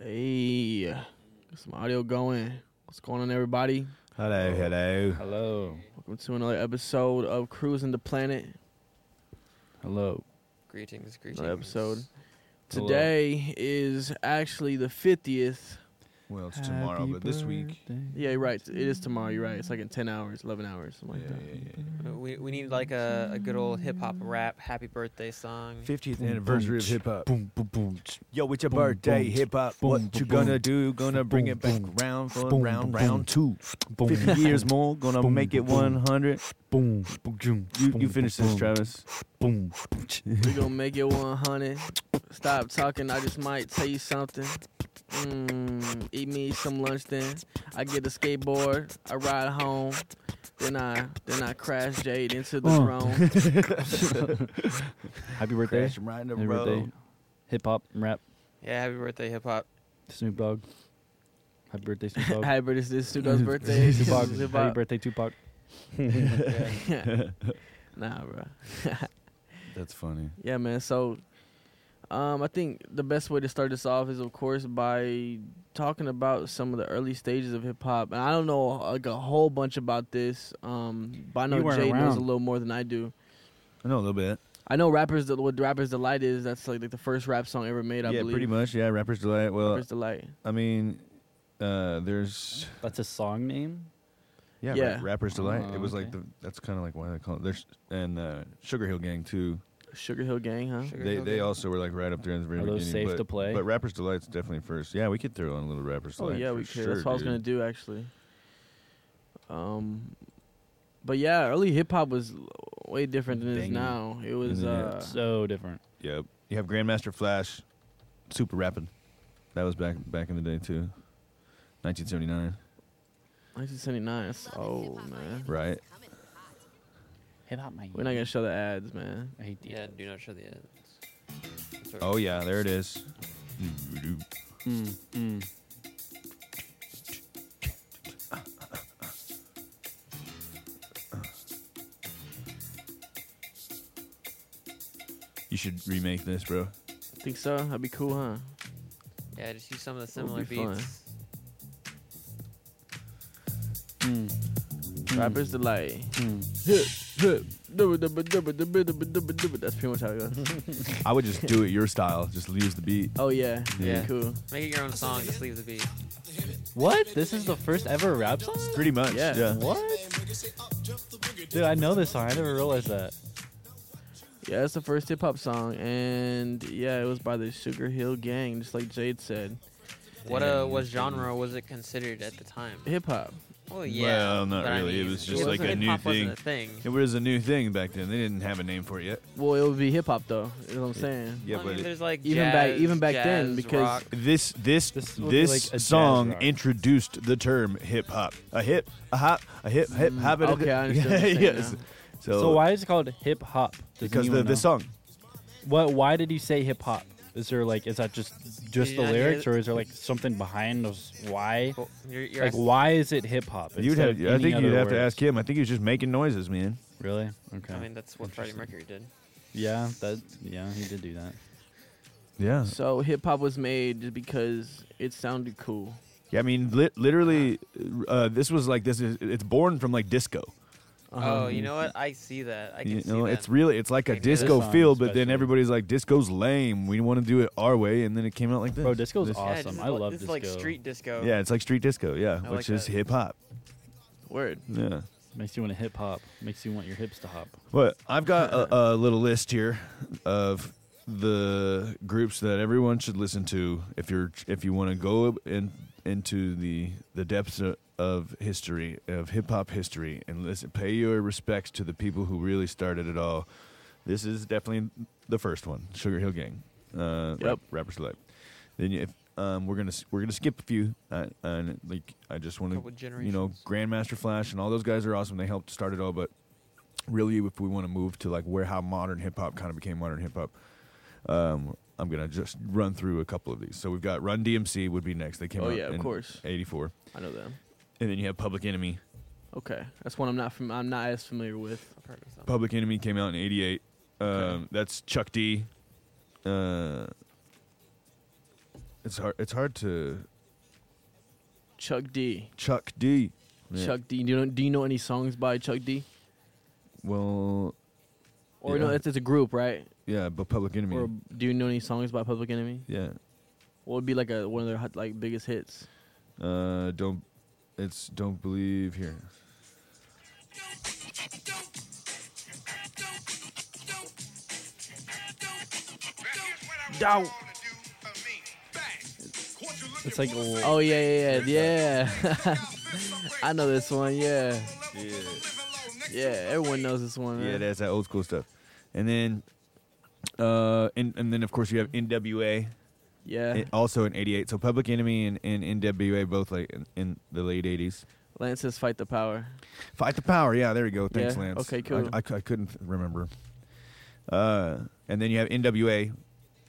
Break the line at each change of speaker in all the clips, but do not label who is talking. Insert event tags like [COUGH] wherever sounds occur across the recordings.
Hey, get some audio going. What's going on, everybody?
Hello, hello,
Hello.
Welcome to another episode of Cruising the Planet.
Hello.
Greetings, greetings.
Another episode.
Hello.
Today is actually the 50th.
Well, it's tomorrow, but this week.
Yeah, you're right. It is tomorrow. You're right. It's like in 10 hours, 11 hours, something like
yeah,
that.
yeah, yeah.
Uh, We, we need like a, a good old hip hop rap happy birthday song.
50th
Boom,
anniversary
boom,
of hip hop.
Boom, boom, boom. ch-
Yo, it's your
boom,
birthday,
boom,
hip hop.
boom,
What you
boom,
gonna do? Gonna bring it back
boom,
round for
boom,
round,
boom,
round two.
Boom,
50 years
boom,
more, gonna
boom,
make it
boom.
100.
Boom, boom, boom.
You,
boom,
you finish
boom,
this, Travis.
Boom. boom, ch-
We're going to make it 100. Stop talking. I just might tell you something. Mm, eat me some lunch then. I get a skateboard. I ride home. Then I then I crash Jade into the
Uh.
[LAUGHS]
throne.
[LAUGHS] Happy birthday.
Crash right in the
Happy birthday.
road.
Hip hop, rap,
Yeah, happy birthday, hip hop.
Snoop Dogg. Happy birthday, Snoop
[LAUGHS]
Dogg.
Hi, but it's this Snoop Dogg's birthday. This
Tupac.
is about-
Happy birthday, Tupac.
nah, bro.
That's funny.
Yeah, man. So, um, I think the best way to start this off is, of course, by talking about some of the early stages of hip hop. And I don't know like a whole bunch about this, um, but I know
You weren't
Jay knows a
around.
little more than I do.
I know a little bit.
I know rappers. The, what rappers delight is? That's like, like the first rap song ever made. I
yeah,
believe.
pretty much. Yeah, Rapper's Delight. Well,
Rappers delight.
I mean, uh, there's.
That's a song name?
Yeah,
Yeah.
Ra- Rapper's Delight.
Oh,
it was like
okay.
the. That's kind of like why they call it. There's and uh, Sugar Hill Gang too.
Sugar Hill Gang, huh?
Sugar
They
Hill
they
Gang.
also were like right up there in the very
Are those
beginning. but,
safe to play?
But Rapper's Delight's definitely first. Yeah, we could throw on a little Rapper's
Oh
Delight.
yeah,
for
we could.
Sure,
That's what I was
dude.
gonna do actually. Um, but yeah, early hip hop was l- way different than it is
Banging.
now. It was
Yeah.
uh,
So different.
Yep. You have Grandmaster Flash, super rapid. That was back back in the day too. 1979,
1979. Oh man,
right?
Hip hop, man.
we're not gonna show the ads, man.
Yeah, do not show the ends. That's what-
Oh yeah, there it is.
Mm, mm.
You should remake this, bro.
Think so? That'd be cool, huh?
Oh,
Yeah, just use some of the
That
similar
would be fun.
beats.
Mm. mm,
Rappers delight.
mm.
Hip, hip. Dubba, dubba, dubba, dubba, dubba, dubba, dubba. That's pretty much how it goes.
I would just do it your style. Just use the beat.
Oh yeah,
Yeah.
cool.
Make it your own song, just leave the beat.
What? This is the first ever rap song?
Pretty much.
Yeah.
Yeah.
What? Dude, I know this song. I never realized that.
Yeah, that's the first hip hop song, and yeah, it was by the Sugar Hill Gang, just like Jade said.
What uh, what genre was it considered at the time?
Hip hop.
Well, yeah.
Well, not
but I
really, it
mean,
was just like
wasn't-
a new
hip-hop wasn't
thing.
a thing.
It was a new thing back then. They didn't have a name for it yet.
Well, it would be hip hop though. Is what I'm saying.
Yeah,
Well, I
but
mean,
it-
there's like
Even back-
jazz-
even back then,
jazz,
because-
rock.
This this
This
this,
would be like a jazz
song
rock.
introduced the term hip hop. A hip, a hop, a hip,
Mm,
hip, hop. it-
okay, I understand what you're
[LAUGHS]
saying now.
So,
So why is it called hip hop? Does
Because the,
anyone know?
the song.
What? Why did you say hip hop? Is there like is that just just
you
the
not hear
lyrics,
that?
or is there like something behind those? Why?
Well, you're, you're
Like
asking-
why is it hip hop?
You'd
instead
have.
of
I
any
think
other
you'd have to
words?
ask him. I think he was just making noises, man.
Really? Okay.
I mean, that's what Freddie Mercury did.
yeah. That. Yeah. He did do that.
Yeah.
So hip hop was made just because it sounded cool.
Yeah. I mean, lit literally, uh, this was like this is. It's born from like disco.
Uh-huh.
oh, you know what? I see that. I can
Uh-huh. You
see
know,
that.
it's really it's like a
I can hear
disco
that.
feel,
Song
but then
especially.
everybody's like, disco's lame. We want to do it our way, and then it came out like this.
Bro, disco's
This-
yeah,
awesome.
just
I
li-
love
it's
disco.
like street disco.
Yeah, it's like street disco. Yeah,
I
which
like
is
that.
hip hop.
Word.
Yeah.
Makes you want to hip hop. Makes you want your hips to hop.
But I've got a, a little list here of the groups that everyone should listen to if you're if you want to go in, into the the depths of, of history of hip hop history and listen pay your respects to the people who really started it all. This is definitely the first one, Sugar Hill Gang. Uh,
Yep.
Rappers Delight. Then you- if um, we're gonna s- we're gonna skip a few, uh, and like I just want
Couple
to you know Grandmaster Flash and all those guys are awesome. They helped start it all, but really, if we want to move to like where how modern hip hop kind of became modern hip hop, um, I'm gonna just run through a couple of these. So we've got Run DMC would be next. They came
Oh,
out
yeah, of
in
course.
'84,
I know them.
and then you have Public Enemy.
Okay, that's one I'm not from. I'm not as familiar with.
I've heard of some.
Public Enemy came out in '88. Um,
Okay.
That's Chuck D. Uh, It's hard. It's hard to
Chuck D.
Chuck D. Yeah.
Chuck D. Do you know? Do you know any songs by Chuck D?
Well,
Or no,
Yeah.
it's, it's a group, right?
yeah, but Public Enemy.
Or do you know any songs by Public Enemy?
yeah.
What would be like a one of their hot- like biggest hits?
Uh, don't. It's don't believe here.
Doubt.
It's like a-
Oh yeah, yeah, yeah, yeah. [LAUGHS] I know this one. Yeah,
Yeah.
yeah. Everyone knows this one.
Yeah,
right?
that's that old school stuff. And then, uh, and and then of course you have NWA,
yeah.
eh, also in '88. So Public Enemy and, and NWA both like in, in the late '80s.
Lance says fight the power.
Fight the power. Yeah, there we go. Thanks,
Yeah,
Lance.
okay,
I-
cool.
I, cou- I couldn't remember. Uh, and then you have NWA,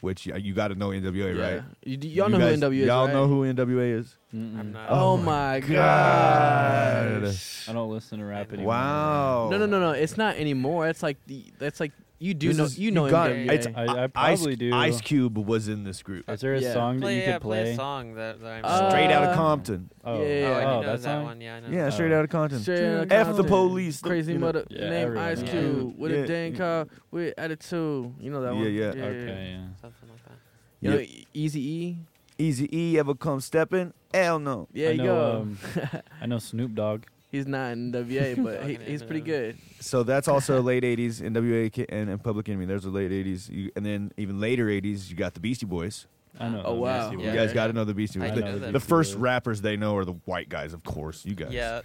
which y- you got to know NWA,
yeah.
right?
You, do- y'all
You
know
guys-
who NWA is,
Y'all
right?
know who NWA is?
I'm not.
Oh,
Oh
my
my
god.
God.
I don't listen to rap anymore.
Wow.
No, no, no, no. It's not anymore. It's like the. That's like you do
This
know.
is-
you know
you got-
NWA.
it's-
I, I
Ice-
probably do.
Ice Cube was in this group.
Is there a
Yeah.
song that
play,
you
yeah,
could play?
a song that, that I'm
Uh,
Straight out
Uh,
of Compton.
Oh,
Yeah, yeah,
Oh, I
yeah.
do
oh,
know that,
song?
one. Yeah, I know.
Oh, Yeah,
that.
straight
Oh.
out of Compton.
Straight Outta
F the
Compton.
police. the-
Crazy
you know.
mother
Yeah,
name
everyone
Ice
knows.
Cube with a
Yeah.
dang car with attitude. You know that
Yeah,
one.
yeah.
Okay, yeah.
Something like that.
You know
Yeah.
Easy E.
Easy E ever come stepping? Hell no.
Yeah,
I
you
know,
go.
um, I know Snoop Dogg.
he's not in
[LAUGHS]
WA, but he,
Fucking
he's pretty
Eminem.
good.
So
[LAUGHS]
that's also late '80s NWA ki- and, and Public Enemy. There's the late '80s, you, and then even later '80s, you got the Beastie Boys.
I know.
Oh, wow.
Nasty
You
Yeah.
Boys.
guys got to know the Beastie
I
Boys.
know
The,
the
the
Beastie
first
Boys.
rappers they know are the white guys, of course. You guys.
Yeah.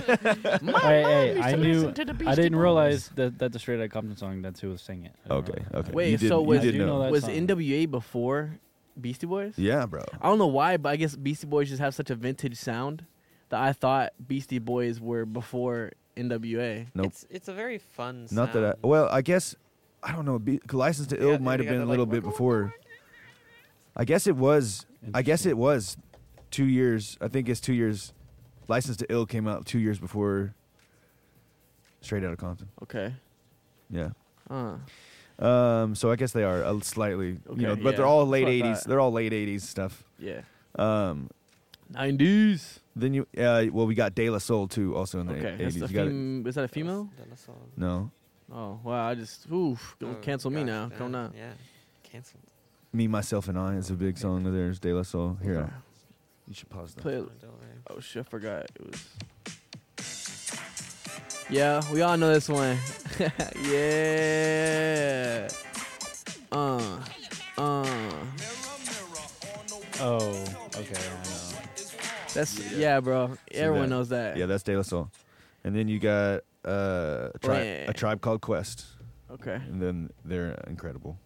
Hey, hey, I knew. I didn't realize that that the Straight Outta Compton song. That's who was singing it. I didn't
Okay.
realize.
Okay.
Wait,
You did,
so
you
was-
did
I do know that
Was
song.
NWA before Beastie Boys?
Yeah, bro.
I don't know why, but I guess Beastie Boys just have such a vintage sound that I thought Beastie Boys were before NWA.
Nope.
[LAUGHS] It's it's a very fun. Sound.
Not that I. Well, I guess I don't know. Be, License to Ill
Yeah,
might
they
have
got
been a
that,
little bit
like,
before. I guess it was. I guess
Interesting.
it was two years. I think it's two years. License to Ill came out two years before. Straight out of Compton.
Okay.
Yeah.
Uh,
Um. So I guess they are uh, slightly.
Okay,
you know, but
yeah.
they're all late
That's what I
'80s.
thought.
They're all late '80s stuff.
yeah.
Um.
90s.
Then you. Uh. Well, we got De La Soul too. Also in the
Okay. That's
'80s.
the
You got it.
fem- is that a
That was-
female?
that was all-
No.
Oh, wow. I just, oof. Don't
oh,
cancel me
gosh,
now.
yeah,
Come on.
Yeah. Cancel.
Me, myself, and I is a big song of theirs. De La Soul. Here.
Okay.
You should pause that.
Play it.
Don't worry.
Oh, shit. I forgot. It was. Yeah, we all know this one. [LAUGHS] yeah. Uh, uh.
Oh, okay. I
That's, yeah, bro. Everyone
that-
knows that.
Yeah, that's De La Soul. And then you got uh, a, tri-
Bleh.
a tribe called Quest,
Okay.
and then they're incredible.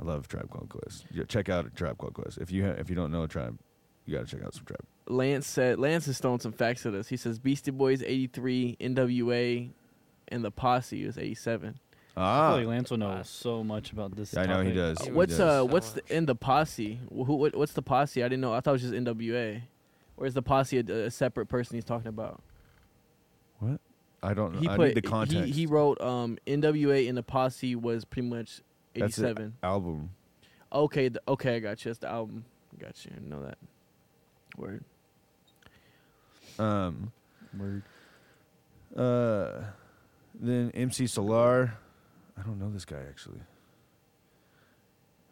I love Tribe Called Quest. Yeah, check out Tribe Called Quest if you ha- if you don't know a tribe, you gotta check out some tribe.
Lance said Lance has thrown some facts at us. He says Beastie Boys eighty three, NWA, and the Posse was eighty seven.
I
Ah,
feel like Lance will know so much about this.
I know he does.
topic.
Oh,
He
What's
does.
uh
So
what's the,
much.
in the Posse? Wh- Who what, what's the Posse? I didn't know. I thought it was just NWA. Or is the Posse a, a separate person he's talking about?
what? I don't. know.
He
Uh, I
put
need the
he-
context.
He, wrote um NWA and the Posse was pretty much eighty
That's the
seven.
album.
Okay, the, okay, I got you. That's the album. Got you. I didn't know that. Word.
Um,
Word.
uh, then MC Solar. I don't know this guy actually.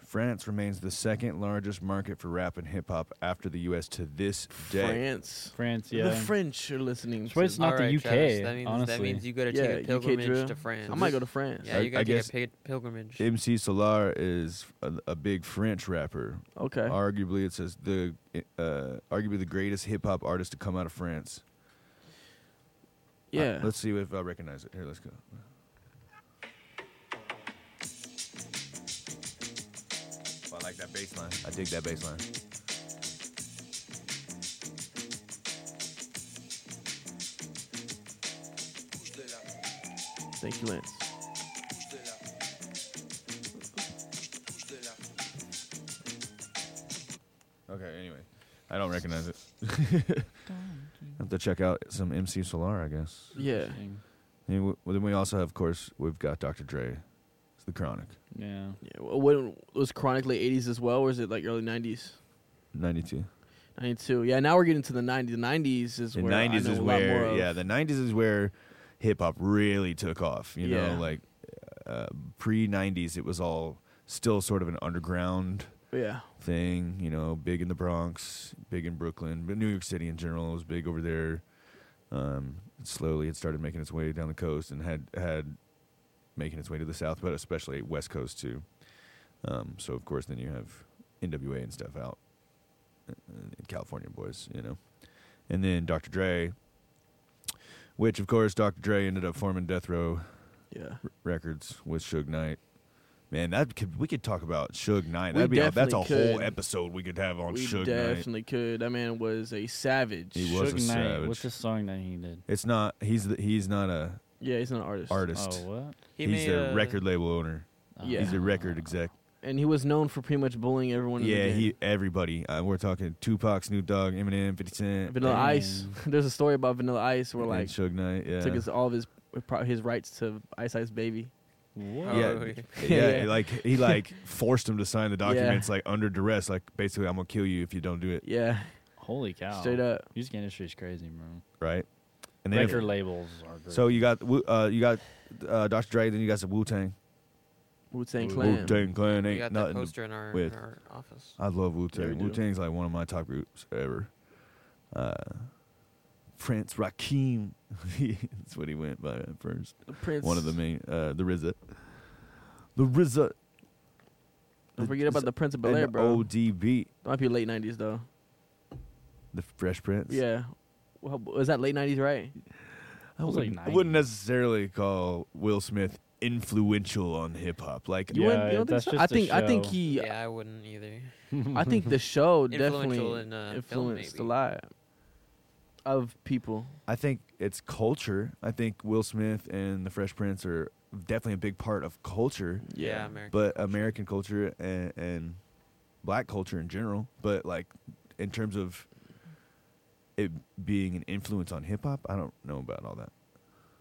France remains the second largest market for rap and hip hop after the U.S. to this day.
France.
France, yeah.
The French are listening.
That's why it's
to-
not
All
the
right,
UK,
Travis, that means, That
honestly.
means you got to
Yeah,
take
UK
a pilgrimage
drill.
to France.
I might go to France.
Yeah,
I-
you
I
got to
guess-
take a pig- pilgrimage.
MC Solar is a, a big French rapper.
Okay.
Arguably, it says the uh, arguably the greatest hip hop artist to come out of France. Uh,
Yeah.
let's see if I recognize it. Here, let's go. Oh, I like that bass line. I dig that bass line.
Thank you, Lance.
Okay, anyway. I don't recognize it. have to check out some MC Solar, I guess.
Yeah.
Interesting.
And w- well, then we also have, of course, we've got Dr. Dre. It's the Chronic.
Yeah.
Yeah, wh- what was chronic late eighties as well, or is it like early nineties?
92.
Ninety two. Yeah, now we're getting to the nineties. The nineties is
The
where I
90s
know
is
a lot more
where,
of.
yeah, the 90s is where hip hop really took off. You
Yeah.
know, like uh, pre 90s, it was all still sort of an underground
yeah.
thing, you know, big in the Bronx, big in Brooklyn, but New York City in general was big over there. Um, slowly it started making its way down the coast and had had making its way to the south, but especially west coast too. Um, so of course then you have NWA and stuff out uh, California boys, you know. And then Dr. Dre, which of course Dr. Dre ended up forming Death Row
Yeah.
Records with Suge Knight. Man, that could we could talk about Suge Knight.
We
That'd be a, that's a
definitely
whole
could.
episode we could have on
we
Suge Knight.
definitely could. That man was a savage.
He was a
Suge Knight,
savage.
What's the song that he did?
It's not he's the, he's not a
Yeah, he's an artist.
Oh,
artist.
what?
He
he's
made
a
uh,
record label owner.
Oh.
Yeah.
He's a record exec.
and he was known for pretty much bullying everyone.
Yeah,
in the game.
he everybody. Uh, we're talking Tupac, Snoop Dogg, Eminem, Fifty Cent,
Vanilla
Dang.
Ice. [LAUGHS] There's a story about Vanilla Ice where
and
like
Suge Knight. Yeah, [LAUGHS]
took his all of his pro- his rights to Ice Ice Baby.
What?
yeah,
[LAUGHS] Oh, yeah.
yeah,
Yeah.
Like he like forced him to sign the
[LAUGHS] Yeah.
documents like under duress. Like basically, I'm gonna kill you if you don't do it.
Yeah,
Holy
Oh.
cow.
straight up.
Music industry's crazy, bro.
Right. And then if-
Record labels are great.
so you got Wu- uh, you got uh, Dr. Dre, then you got some Wu Tang.
Wu Tang
Wu-
Clan.
Tang Clan
We
ain't
got that
nothing. to-
poster in our,
with.
in our office.
I love Wu
Yeah, we
Tang.
do.
Wu Tang's like one of my top groups ever. Uh, Prince Rakim, [LAUGHS] that's what he went by at first.
The Prince.
one of the main, uh, the RZA, the RZA,
Don't forget about the Prince of Bel Air,
and
bro.
ODB,
That might be late '90s though.
the Fresh Prince.
Yeah. Well, was that late '90s, right?
I
It was like
wouldn't, I wouldn't
90s.
necessarily call Will Smith influential on hip hop. Like
You
Yeah,
wouldn't- you don't
that's
think so?
just
I
the
think I think
show.
he
Yeah, I wouldn't either.
I think
[LAUGHS]
the show
Influential
definitely
in, uh, film,
influenced
maybe.
a lot of people.
I think it's culture. I think Will Smith and the Fresh Prince are definitely a big part of culture.
Yeah,
Yeah.
American.
but American culture and, and black culture in general, but like in terms of it being an influence on hip hop, I don't know about all that.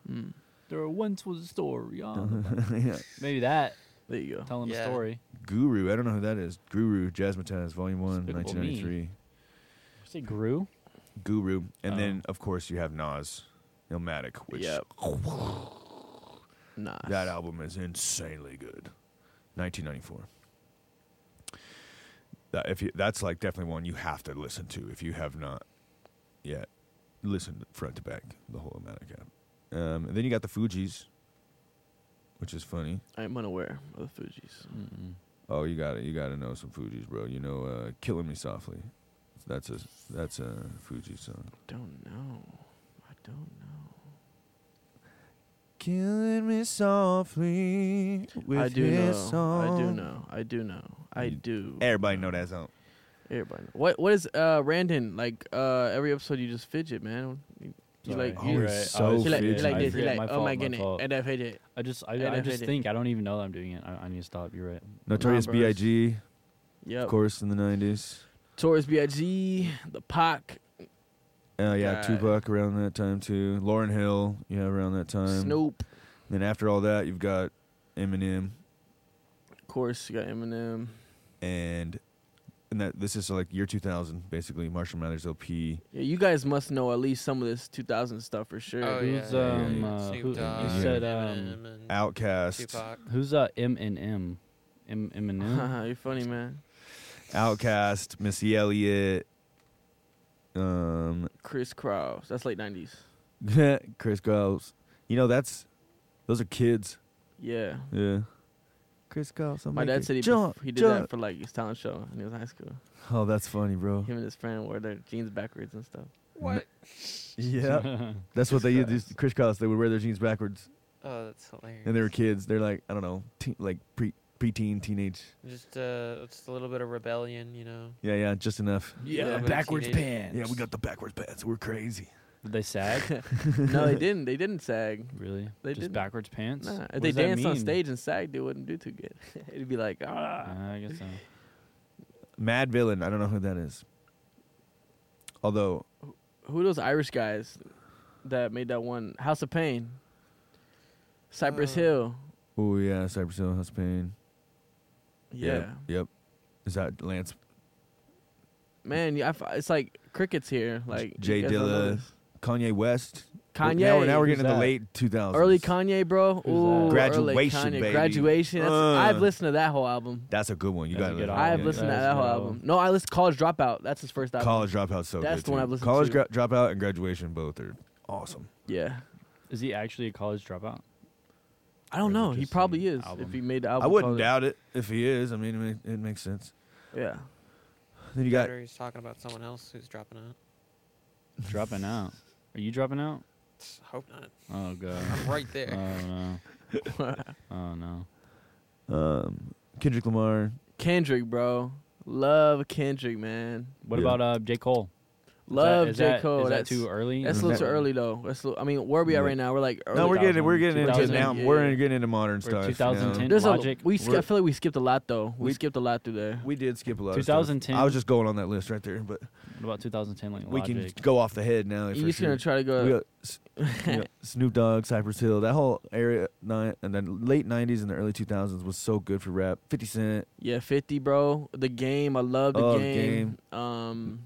Mm.
there once was a
[LAUGHS]
story on. Maybe that.
There you go.
Tell him
Yeah.
a story.
Guru, I don't know who that is. Guru, Jazzmatazz, Volume 1,
Despicable
1993.
Was it Gru?
Guru. And
Oh.
then, of course, you have Nas, Illmatic, which
Yep. Nah.
that album is insanely good. 1994. That if you, that's like definitely one you have to listen to if you have not yet listened front to back the whole Illmatic album. Um, and then you got the Fugees, which is funny.
I'm unaware of the Fugees.
Mm-mm.
Oh, you got to You got to know some Fugees, bro. You know, uh, "Killing Me Softly." That's a that's a Fuji song.
Don't know. I don't know.
Killing me softly with
I do know.
his song.
I do know. I do know. I
You-
do.
Everybody know that song.
Everybody. Know. What What is uh Randon like? Uh, every episode you just fidget, man. You, you
Sorry.
like
Oh,
you,
you're
You're right.
so
I was
you like, you
fidgety.
forgetting.
like
I
this. You
forget.
like, oh
fault,
my goodness,
fault.
and I fidget.
I just, I,
And
I
I
just
did it.
think I don't even know that I'm doing it. I, I need to stop. You're right.
Notorious
Nah, bro, it's-
B.I.G.
Yep.
of course in the nineties.
Taurus B.I.G. The Pac.
Uh, yeah,
God.
Tupac around that time too. Lauren Hill, yeah, around that time.
Snoop.
Then after all that, you've got Eminem,
Of course, you got Eminem.
and and that this is like year two thousand, basically. Marshall Mathers LP.
Yeah, you guys must know at least some of this 2000 stuff for sure.
Oh,
[LAUGHS]
yeah.
Who's um?
Yeah.
Uh,
Snoop
who,
Dogg,
you said um?
Eminem, and
Mm-hmm.
Outcast,
Tupac.
Who's uh M and M? M M and
[LAUGHS]
M.
You're funny, man.
Outcast, Missy Elliott, um, [LAUGHS]
Chris Cross. That's late 90s.
Chris Giles. You know that's those are kids.
Yeah.
Yeah, Chris Giles. I'll
My
make
dad
it
said he,
jump,
he did
jump.
that for like his talent show when he was in high school.
Oh, that's funny, bro.
Him and his friend wore their jeans backwards and stuff.
What?
[LAUGHS] Yeah.
[LAUGHS]
That's what they
[LAUGHS]
used. these Crisscross. They would wear their jeans backwards,
Oh, that's hilarious.
and they were kids. They're like I don't know, teen, like pre preteen, teenage.
just uh, just a little bit of rebellion, you know.
Yeah, yeah, just enough.
Yeah,
yeah,
but
backwards
teenage-
pants.
Yeah, we got the backwards pants. We're crazy.
Did they sag?
[LAUGHS] no, they didn't. They didn't sag.
Really?
They
Just
didn't.
backwards pants?
Nah, if
What
they
does that
danced on
mean?
stage and sagged, they wouldn't do too good. [LAUGHS] It'd be like, ah.
Nah, I guess so.
Mad villain. I don't know who that is. Although
Who are those Irish guys that made that one? House of Pain. Cypress
Uh,
Hill.
Oh yeah, Cypress Hill House of Pain.
Yeah.
Yep. yep. Is that Lance?
Man, yeah, I f- it's like crickets here. Like you
Jay
guys don't know
Dilla.
this.
Kanye West.
Kanye.
Now, we're- now we're
Who's
getting into the
that?
late 2000s.
Early Kanye, bro.
that?
Ooh, early
Graduation,
Kanye.
baby.
Graduation. That's,
Uh. Oh,
I've listened to that whole album.
That's a good one. You
That's a
got
good
to.
album.
I have
yeah,
listened to
that's
that whole
a good
album.
album.
No, I listened College Dropout. That's his first album.
College Dropout. So
That's
good,
the one
too.
I've listened
College
to.
Gra- Dropout and Graduation both are awesome.
Yeah.
Is he actually a college dropout?
I don't
Or is it
know. He
just
probably
an
is.
album?
If he made the album,
I wouldn't
College-
doubt it if he is. I mean, it, ma- it makes sense.
Yeah.
Then you got
Or he's talking about someone else who's dropping out.
dropping out. Are you dropping out?
Hope not.
Oh god.
[LAUGHS]
I'm right
[LAUGHS]
oh
Uh,
there.
no. Oh no.
um, Kendrick Lamar.
Kendrick, bro. Love Kendrick, man.
What
Yeah.
about uh J Cole? Is
Love
that, is
J
that-
Cole.
Is that
that's
too early?
That's a
Is
little
that-
too early though. That's a little- I mean, where we
Yeah.
at right now? We're like early.
No, we're getting
2000,
we're getting into
2000,
now.
yeah,
We're
Oh, yeah.
getting into modern
Or
stuff. now.
2010.
There's
Logic.
a we. Sk-
We're-
I feel like we skipped a lot though. We,
We-
skipped a lot through there.
We did skip a lot. of stuff.
2010.
I was just going on that list right there, but
What about 2010? Like
we can
Logic?
go off the head now.
you
for
just
sure.
gonna try to [LAUGHS]
We
go.
got S- we got Snoop Dogg, Cypress Hill, that whole area, ni- and then late '90s and the early 2000s was so good for rap. 50 Cent,
Yeah, fifty, bro. The game. I love the
Oh, the
game. Um,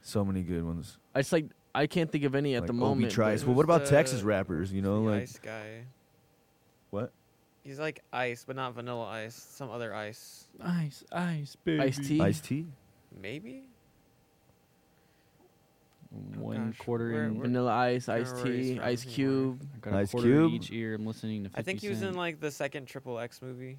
so many good ones.
I just like. I can't think of any at
like
the
Obie
moment. uh,
Trice.
but-
Well, what about
Who's the-
Texas rappers? You know,
The
like
ice guy.
What?
He's like ice, but not vanilla ice. Some other ice,
Ice, ice, baby.
Ice-T?
Ice T.
maybe.
One
gosh,
quarter
where-
in.
where-
Vanilla Ice,
Kinda
Ice
where he's
T,
from,
Ice
yeah.
Cube.
I got a
Ice
quarter
Cube?
in each ear. I'm listening to 50
I think he was in like the second Triple X movie.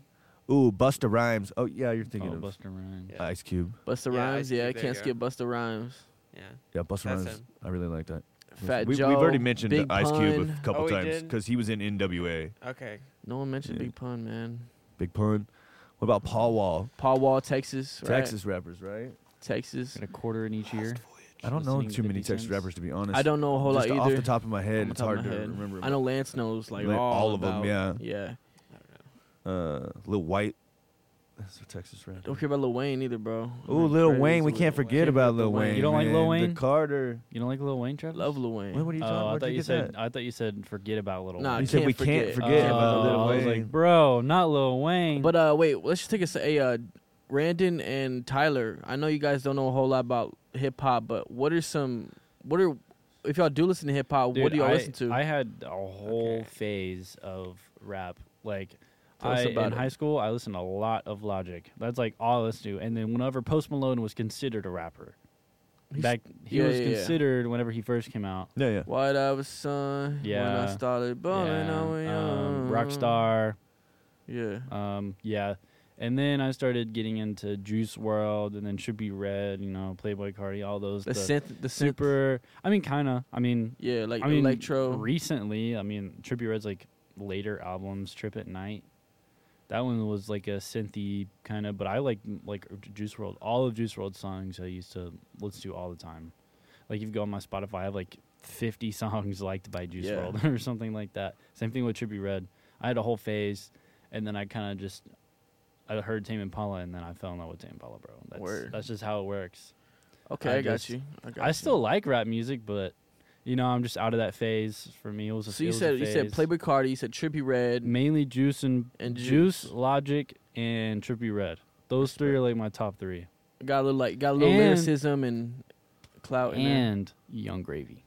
Ooh, Busta Rhymes. Oh yeah, you're thinking
oh,
of
Buster Rhymes.
Yeah.
Ice Cube.
Busta
Yeah,
Rhymes.
Ice
Yeah, I
Cube, there
can't
you go.
skip Busta Rhymes.
Yeah.
Yeah, Busta
That's
Rhymes.
him.
I really like that.
Fat
we,
Joe.
We've already mentioned
Big
Ice Cube
Pun.
a couple
Oh, we
times
did?
because he was in NWA.
Okay.
No one mentioned
Yeah.
Big Pun, man.
Big Pun. What about Paul Wall?
Paul Wall, Texas. right?
Texas rappers, right?
Texas.
Got a quarter in each ear.
I don't know
Listening to
too many
50
Texas
Cents.
rappers to be honest.
I don't know a whole
Just
lot
off
either.
the top of my head,
Off the
it's
top of
hard to
my head.
remember.
I know Lance knows like
Lan-
all,
all of 'em,
about-
yeah.
yeah.
uh, Lil White. That's a Texas rapper.
Don't care about Lil Wayne either, bro.
Ooh,
Like,
Lil
crazy
Wayne. We
with
can't
Lil
forget about Lil Wayne.
You don't like Lil
man.
Wayne?
The Carter.
You don't like Lil Wayne, Travis?
Love Lil Wayne.
What, what are you talking
oh,
about?
I thought you said. I thought you said forget about Lil
Nah,
Wayne. Uh,
You said
can't
we can't
forget.
forget
Oh,
about Lil
I was
Wayne.
like, bro, not Lil Wayne.
But uh, wait, let's just take a say. Uh, Brandon and Tyler. I know you guys don't know a whole lot about hip hop, but what are some? What are if y'all do listen to hip hop?
Dude,
What do y'all
I,
listen to?
I had a whole
Okay.
phase of rap. Like,
Tell us
I,
about
in
it.
high school, I listened to a lot of Logic. That's like all I listened to. And then whenever Post Malone was considered a rapper,
He's-
back he
yeah,
was
yeah, yeah.
considered whenever he first came out.
yeah, yeah.
White I was son. When I
Yeah.
started balling, I was
yeah, um,
young.
Rockstar.
Yeah.
Um, yeah. And then I started getting into Juice World, and then Should Be Red, you know, Playboy Cardi, all those.
The,
the
synth. The synth.
super. I mean, kind of. I mean,
Yeah, like
I mean,
electro.
Recently, I mean, Trippy Red's like later albums, Trip at Night. That one was like a synthy kind of, but I like like Juice World. All of Juice World songs I used to listen to all the time. Like if you go on my Spotify, I have like fifty [LAUGHS] songs liked by Juice
Yeah.
World [LAUGHS] or something like that. Same thing with Trippy Red. I had a whole phase, and then I kind of just I heard Tame Impala, and then I fell in love with Tame Impala, bro. That's
Word.
that's just how it works.
okay, I,
I
got
just-
you. I got
I
you.
still like rap music, but you know, I'm just out of that phase. For me, it was a,
So you
it was a
said you said
phase.
Playboy Cardi. You said Trippy Red.
mainly Juice and,
And
Juice,
Juice.
Logic, and Trippy Red. Those three are like my top three,
Got a little like got a little
And-
lyricism Oh, and clout. in there.
and Young Gravy.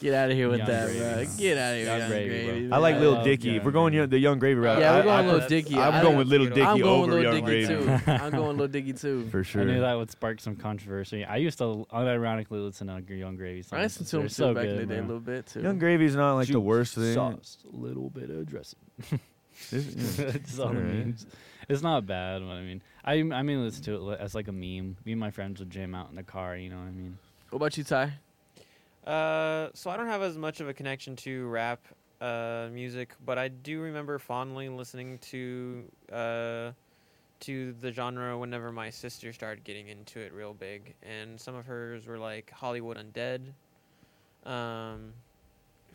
Get out of here with
Young
that,
Gravy,
bro.
bro.
Get out of here,
Young
Young
Gravy,
Gravy.
bro.
man.
I like
I
Lil
love
Dicky. If
Young
we're going yo- the Young Gravy route,
Yeah, we're
I-
going
I
Lil
put-
Dicky.
I'm
I-
going with Lil
I'm
Dicky
I'm going
over
with Lil
Young
Dicky
Gravy
too. I'm going with Lil Dicky too.
for
I knew
sure.
that would spark some controversy. I used to unironically listen to Young Gravy songs.
I listened to
They're
him too
so
back in
good,
the day a
man.
little bit too.
Young Gravy's not like the
Juice,
worst thing.
Sauce, a little bit of dressing. [LAUGHS]
It's- yeah.
That's all the
Alright.
memes. It's not bad. What I mean, I I mean, listen to it li- as like a meme. Me and my friends would jam out in the car. You know what I mean?
what about you, Ty?
Uh, so I don't have as much of a connection to rap uh, music, but I do remember fondly listening to uh, to the genre whenever my sister started getting into it real big, and some of hers were like Hollywood Undead. Um,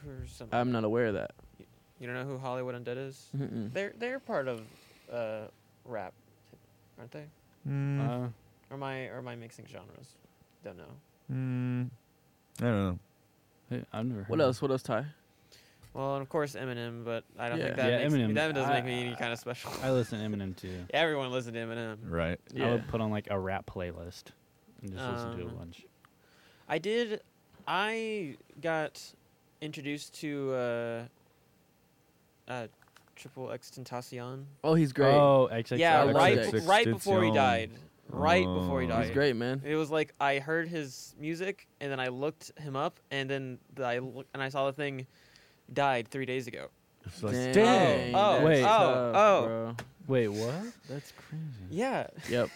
who's some?
Um,
I'm not aware of that.
you don't know who Hollywood Undead is?
mm-hmm.
Mm-mm.
They're they're part of uh, rap, aren't they?
Hmm.
Mm,
Uh,
Or my or my mixing genres? Don't know.
mm, I don't know.
Hey, I've never. Heard
What
of
else? What else, Ty?
Well, and of course Eminem, but I don't think
Yeah.
that
Yeah,
makes
Eminem.
that doesn't make
I-
me any kind of special.
I listen to Eminem too.
Everyone listened to Eminem.
Right.
I
Yeah.
would put on like a rap playlist and just listen to a
Um,
bunch.
I did. I got introduced to uh, uh, Triple X Tentacion.
Oh, he's great.
Oh, XX.
Yeah,
Alex
right,
X
b- right before he
Tentacion.
died. Right before he
Oh.
died.
he's great, man.
It was like I heard his music and then I looked him up and then th- I look, and I saw the thing died three days ago.
It's like,
Dang,
damn.
Oh,
that's
wait.
tough,
Oh, oh.
bro.
Wait, what? That's crazy.
Yeah,
[LAUGHS]
Yep.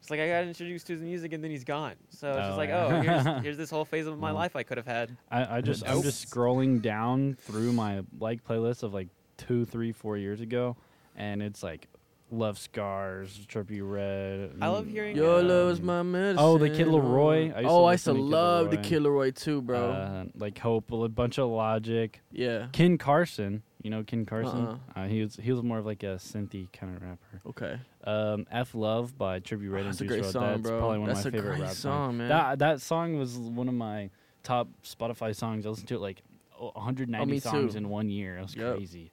it's like I got introduced to his music and then he's gone. So it's
Oh,
just like,
yeah.
oh, here's, here's this whole phase of my
Well.
life I could have had.
I, I just I'm just scrolling down through my like playlist of like two, three, four years ago, and it's like Love Scars, Trippy Red.
I love
mm,
hearing,
Your
um,
love is my medicine.
oh, the Kid Laroi. I used to
oh, I used to
listen to Kid
love the
Laroi.
Kid Laroi too, bro.
uh, like Hope, a bunch of Logic,
yeah.
Ken Carson. You know Ken Carson.
Uh-uh.
Uh, he was he was more of like a synthy kind of rapper.
Okay.
Um, F Love by Trippy
Oh,
Red and
that's a
Juice
great
WRLD.
song,
that's
bro.
probably one
That's a
of my favorite
great
rap
song,
songs.
man.
That that song was one of my top Spotify songs. I listened to it like o- 190
Oh, me
songs
too.
in one year. It was
Yep.
crazy.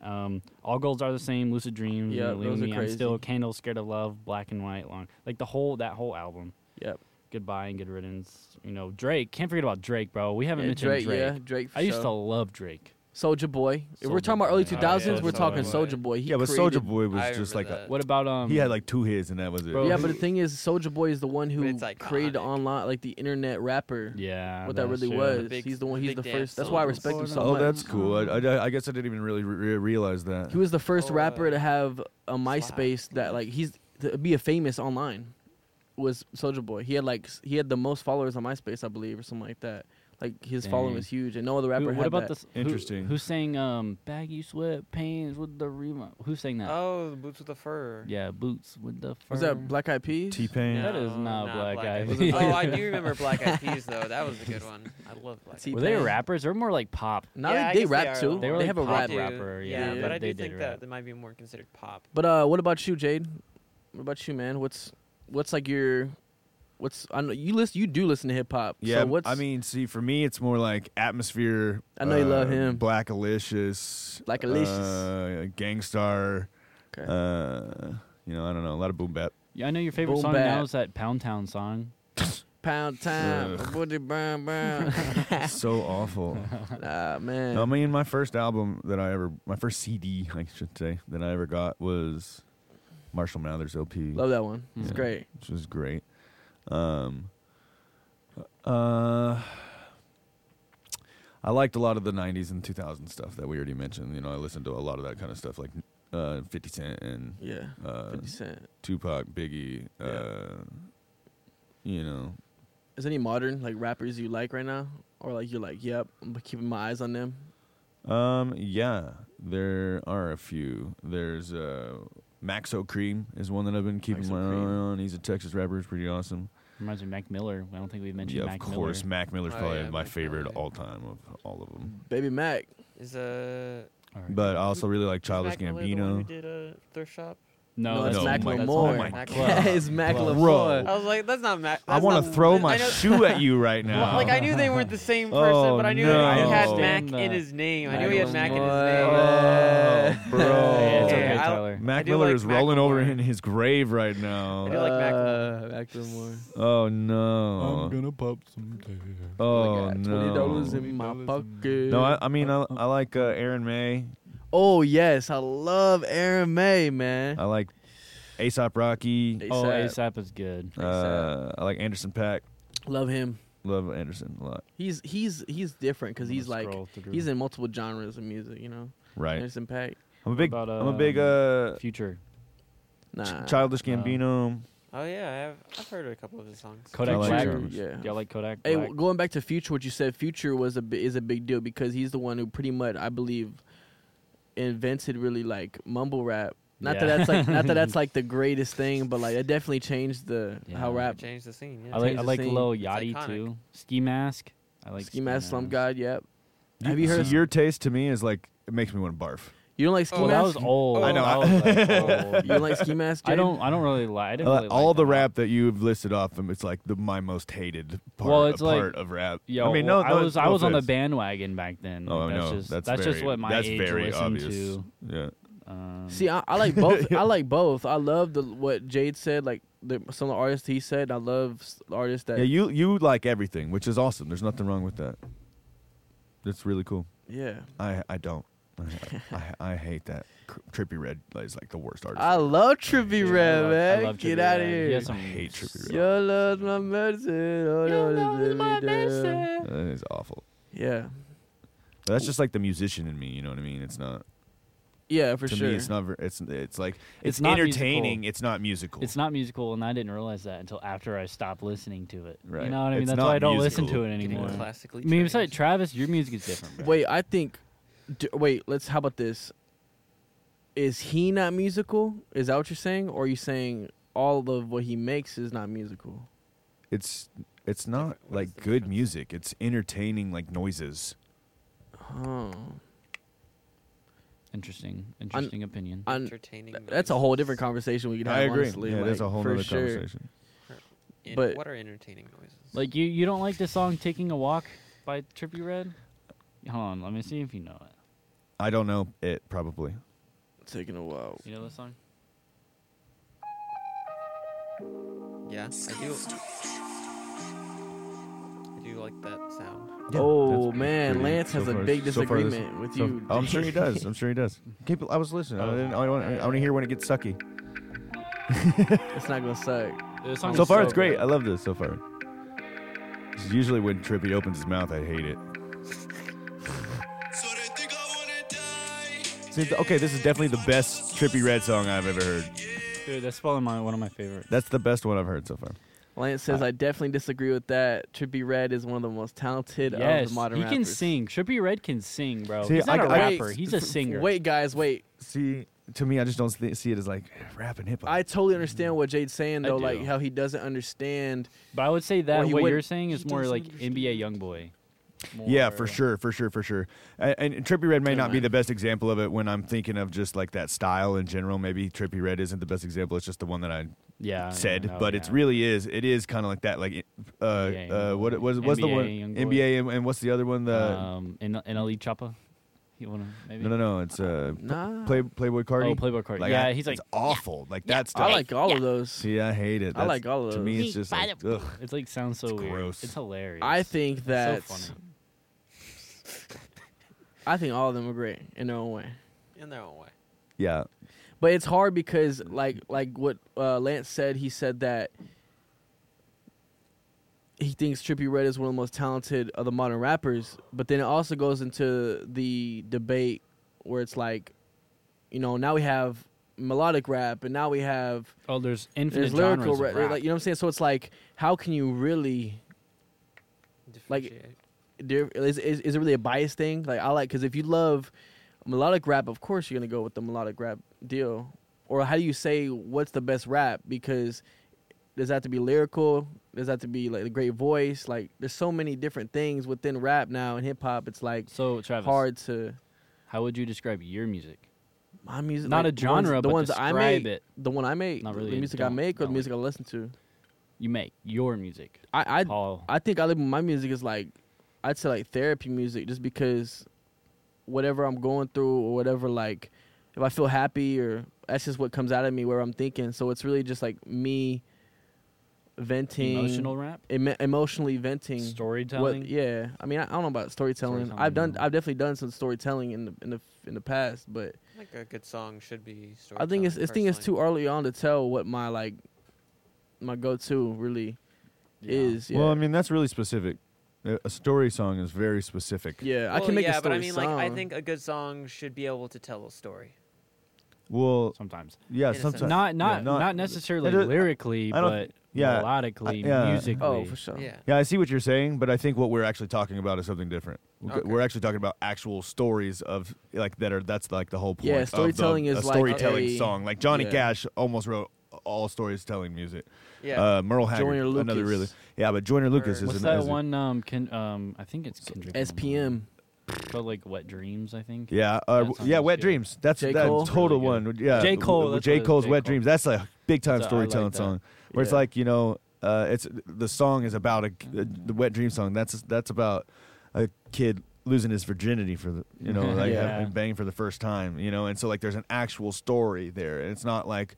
Um, All goals are the same. Lucid dreams. You
Yep,
Know, Leave
those are
me. I'm still
crazy.
candles. Scared of love. Black and white. Long. Like the whole that whole album.
Yep.
Goodbye and good riddance. You know Drake. Can't forget about Drake, bro. We haven't
Yeah,
mentioned
Drake,
Drake.
yeah, Drake. For
I used to love Drake.
Soldier Boy. If we're
Soulja
talking about early
Boy.
two thousands,
Oh, yeah,
we're
Soulja
talking
Boy.
Soldier Boy. He
Yeah, but
created-
Soldier Boy was
I
just like
remember
a,
Uh,
that.
What about um?
he had like two hits and that was it.
Bro,
Yeah, but the thing is, Soldier Boy is the one who
It's iconic.
created online, like the internet rapper.
yeah.
what that
that's
really
true.
was.
The big-
he's the one. He's
big
the
dance
first. That's why I
song.
respect him so
oh,
much.
that's cool. I, I, I guess I didn't even really re- realize that.
He was the first
Oh, uh,
rapper to have a
Slap.
MySpace that like he's to be a famous online. Was Soldier Boy? He had like s- he had the most followers on MySpace, I believe, or something like that. Like his following
Dang.
was huge, and no other
Who-
rapper.
what
had
about
that.
this? who-
Interesting.
Who, sang um, "Baggy Sweatpants with the Remo"? Who sang that?
Oh, the boots with the fur.
yeah, boots with the. Fur.
Was that Black Eyed Peas?
T Pain.
Yeah. That is not Black Eyed [LAUGHS]
Eyed
Peas.
oh, I do remember Black Eyed Peas though. That was a good one. I love Black.
See,
Eyed
Were they
T-Pain.
rappers? They're more like pop.
Now
Yeah, I
they, they
guess they
rap
are a
too.
little
They,
They were like
have a
Peas.
pop
rap.
They do,
rapper,
Yeah,
yeah,
but
they-
I do
they
think
did
that
rap.
that might be more considered pop.
But uh, what about you, Jade? What about you, man? What's what's like your what's I know you listen you do listen to hip hop.
Yeah,
so what's
I mean, see, for me, it's more like atmosphere. uh,
I know you love him.
Black Alicious.
Blackalicious.
Uh, Gangstar.
okay.
Uh, you know, I don't know. A lot of boom
[LAUGHS]
bap.
Yeah, I know your favorite
Boom
song
bap.
now is that Pound Town song.
pound time,
Ugh.
booty brown
[LAUGHS]
brown.
so awful.
ah man.
I mean, my first album that I ever, my first CD, I should say, that I ever got was Marshall Mathers LP,
Love that one. It's
Yeah.
great.
which was great. Um, uh, I liked a lot of the '90s and 2000 stuff that we already mentioned. You know, I listened to a lot of that kind of stuff, like uh, 50 Cent and
Yeah.
uh,
Fifty Cent.
Tupac, Biggie.
Yeah.
Uh, you know,
Is any modern like rappers you like right now, or like you're like, yep, I'm keeping my eyes on them.
Um, yeah, there are a few. There's uh, Maxo Cream is one that I've been keeping
Maxo
my eye
Cream.
on. He's a Texas rapper. He's pretty awesome.
Reminds me of Mac Miller. I don't think we've mentioned
yeah,
Mac
of course,
Miller.
Mac Miller's
Oh,
probably
yeah,
my
Mac
favorite
Miller.
all time of all of them.
Baby Mac.
Is uh,
All right.
But I also really like
is
Childish
Mac Miller the one who
Gambino.
did a thrift shop.
no,
no, that's
no,
Mac
Oh my- that's
Lamore.
Mac
[LAUGHS]
Mac
Miller.
[LAUGHS]
Miller.
it's Mac
Bro.
Oh.
Lamore.
I was like, that's not Mac.
I
want to
throw my
I know,
shoe at you right
[LAUGHS] Well,
now.
like I knew they weren't the
[LAUGHS]
same
Oh,
person, but I knew that he had
no.
Mac
Understand that.
in his name. I
Mac
knew he had Mac in his
Lamore.
name.
oh,
Yeah.
bro.
yeah, it's okay,
Yeah, I-
Tyler.
Mac
do
Miller
like
is
Mac
rolling over
Miller.
in his grave right
[LAUGHS] I do
now.
like Mac
Uh, Mac Lamore.
Oh no.
gonna pop some tail.
Oh
I got
no.
$20 in my
$20
pocket.
No, I, I mean I, I like uh, Aaron May.
oh yes, I love Aaron May, man.
I like Aesop Rocky.
Oh,
A$AP.
ASAP is good.
Uh, I like Anderson Pack.
Love him.
Love Anderson a lot.
He's he's he's different because
I'm
he's
gonna
like
scroll through.
he's in multiple genres of music. You know,
Right.
Anderson Paak.
I'm a big.
about,
I'm a big.
um,
Uh,
future.
Nah,
Ch- Childish
Nah.
Gambino.
Oh yeah, I have, I've heard a couple of his songs.
Kodak
I like
Black.
Jarvis.
Yeah.
Yeah, I like Kodak
Hey,
Black.
w- going back to Future, what you said, Future was a bi- is a big deal because he's the one who pretty much, I believe, invented really like mumble rap. Not that
Yeah.
that's like not that that's like the greatest thing, but like it definitely changed the how
Yeah.
rap.
Change the scene. Yeah.
I like
Change
I
the
like
scene.
Lil
It's
Yachty
iconic.
too. Ski Mask. I like
Ski Mask, Slum
Mask.
God, yep. Have you
see,
heard-
Your taste to me is like it makes me want to barf.
You don't like ski
Oh,
well, that
mask?
[LAUGHS] was old.
I know,
That
I-
was, [LAUGHS] like, old.
you don't like ski mask?
I
Jaden?
don't. I don't really like. I didn't
Uh,
really
all
like
the
them.
rap that you've listed off, um, it's like the my most hated part,
Well, it's
a
like-
part of rap.
Yo,
I mean,
well,
no,
I
no,
was I
no
was on the
offense.
bandwagon back then.
Oh
Like, that's
no,
just
that's
that's just
very-
what my
that's
age
very
listened
obvious.
to.
Yeah,
Um,
See, I, I like
[LAUGHS]
both. I like both. I love the what Jade said. Like the, some of the artists he said. I love s- artists that.
yeah. You you like everything, which is awesome. There's nothing wrong with that. That's really cool.
yeah.
I I don't. I, I, I hate that. Cr- Trippy Red is like the worst artist.
I love Trippy
yeah, I
Red,
love- I
man.
love
Get
Trippie
out of
Redd. He
here.
has some
I hate Trippie
You
Redd.
love my medicine. Oh, no, this is me down.
that is awful.
Yeah.
But that's just like the musician in me. You know what I mean? It's not
Yeah, for
to
sure.
me. It's not. ver- It's it's like
It's
it's,
not
entertaining.
musical.
It's not musical.
It's not musical, and I didn't realize that until after I stopped listening to it. You
Right.
know what I mean?
It's
That's why I
not
don't listen
musical.
to it
Getting
anymore. I
classically
mean, besides
trained.
Travis, your music is different. Bro.
Wait, I think. D- wait, let's. How about this? Is he not musical? Is that what you're saying? Or are you saying all of what he makes is not musical?
it's it's not
what is
like
the
good
difference?
music. It's entertaining like noises.
Oh.
interesting, interesting opinion.
I'm,
entertaining.
that's a
noises.
whole different conversation we could have.
I agree.
Honestly.
yeah,
like,
that's a whole
for
other
sure.
conversation.
En-
but-
what are entertaining noises?
like you, you don't like the song "Taking a Walk" by Trippy Red? Hold on, let me see if you know it.
I don't know it probably.
Taking a while.
You know the song?
yeah, I do. I do like that sound.
Yeah,
oh
that's
man,
pretty-
Lance has
so
a
far-
big
so far this-
disagreement with
so-
you. [LAUGHS]
I'm sure he does. I'm sure he does. Keep, I was listening. I,
Oh.
didn't, I, want, I want to hear when it gets sucky.
it's not gonna suck.
The song
So
is
far,
so
it's great.
good.
I love this so far. It's usually when Trippy opens his mouth, I hate it. See, th- okay, this is definitely the best Trippy Red song I've ever heard.
Dude, that's probably my one of my favorite.
That's the best one I've heard so far.
Lance says, I definitely disagree with that. Trippy Red is one of the most talented of
Yes,
the modern
he can
rappers.
sing. Trippy Red can sing, bro.
See,
he's
I
not a
got-
I-
rapper. He's a singer.
Wait, guys, wait.
See, to me, I just don't thi- see it as like rap and hip hop.
I totally understand what Jade's saying,
I
though, like
do.
how he doesn't understand.
But I would say that
Well, he
what
would-
you're saying is
he
more
doesn't
like
understand.
NBA YoungBoy.
Yeah, for
More-
sure, for sure, for sure. And, and Trippy Red may
Never
not be
mind.
the best example of it when I'm thinking of just like that style in general. Maybe Trippy Red isn't the best example. It's just the one that I
Yeah,
said,
yeah, no,
but
yeah.
it's really is. It is kind of like that. Like, uh,
NBA,
uh, what was what's the
NBA,
one
Young Boy.
NBA and, and what's the other one? The
um in in Ali Choppa. You wanna maybe?
uh, no, no, no. It's uh,
Nah.
Play, Playboy Cardi.
Oh, Playboy Cardi.
Like,
yeah,
I-
he's like
it's awful. Like that stuff.
I like all of those.
See, I hate it.
I
That's-
like all of
To me,
those.
it's just like, ugh.
it's like sounds so
It's
weird.
gross.
It's hilarious.
I think that
it's so funny.
I think all of them are great in their own way.
In their own way.
yeah.
But it's hard because, like, like what uh, Lance said, he said that he thinks Trippy Red is one of the most talented of the modern rappers. But then it also goes into the debate where it's like, you know, now we have melodic rap, and now we have
Oh, there's infinite
there's lyrical
genres of
rap,
rap.
Like, you know what I'm saying? So it's like, how can you really? Like-
Differentiate.
there- Is, is is it really a bias thing? Like I like because if you love melodic rap, of course you're gonna go with the melodic rap deal. Or how do you say what's the best rap? Because does that have to be lyrical? Does that have to be like a great voice? Like there's so many different things within rap now and hip hop. It's like
so Travis,
hard to
how would you describe your music?
my music.
Not
like,
a
the ones-
genre,
the
but
ones I
describe
make,
it.
the one I make,
Not really,
the music I
don't-
make or the
don't
music I listen to.
You make your music.
I I
Paul.
I think I live my music is like I'd say like therapy music just because whatever I'm going through or whatever like if I feel happy or that's just what comes out of me where I'm thinking. So it's really just like me venting
emotional rap,
em- emotionally venting
storytelling.
What, yeah. I mean I, I don't know about storytelling.
Storytelling,
I've done
yeah.
I've definitely done some storytelling in the in the in the past, but
I think a good song should be story.
I think it's I think it's too early on to tell what my like my go to really
Yeah.
is. Yeah.
Well, I mean, that's really specific. A a story song is very specific.
yeah, I can make
yeah,
a story
but I mean, like, I
song.
think a good song should be able to tell a story.
Well,
sometimes.
yeah,
In a sense.
sometimes
Not not
yeah,
not,
not-
necessarily
I don't-
lyrically,
I
but
don't- yeah, I-
melodically,
yeah.
musically.
Oh, for sure.
Yeah.
Yeah, I see what you're saying, but I think what we're actually talking about is something different. We're g-
Okay.
We're actually talking about actual stories of like that are that's like the whole point.
Yeah,
of the-
storytelling is
a
like
storytelling
a-
song. Like Johnny
yeah.
Cash almost wrote all storytelling music.
Yeah.
Uh, Merle Haggard,
Joyner
another
Lucas.
really yeah, but Joyner Lucas is
What's
What's
an,
that
is a-
one? Um, Ken, um, I think it's Kendrick. Lamar.
SPM.
But like Wet Dreams, I think.
Yeah, uh,
That
yeah,
sounds
Wet
good.
Dreams. That's
J.
that
Cole?
total
Really
one. Yeah,
J. Cole,
w-
that's
J.
what it is,
Cole's
J.
Wet
Cole.
Dreams. That's a big time
So I like
storytelling
that.
song where it's
Yeah.
like you know, uh, it's the song is about a the Wet Dream song. That's that's about a kid losing his virginity for the you know like
Yeah.
having banging for the first time you know, and so like there's an actual story there, and it's not like.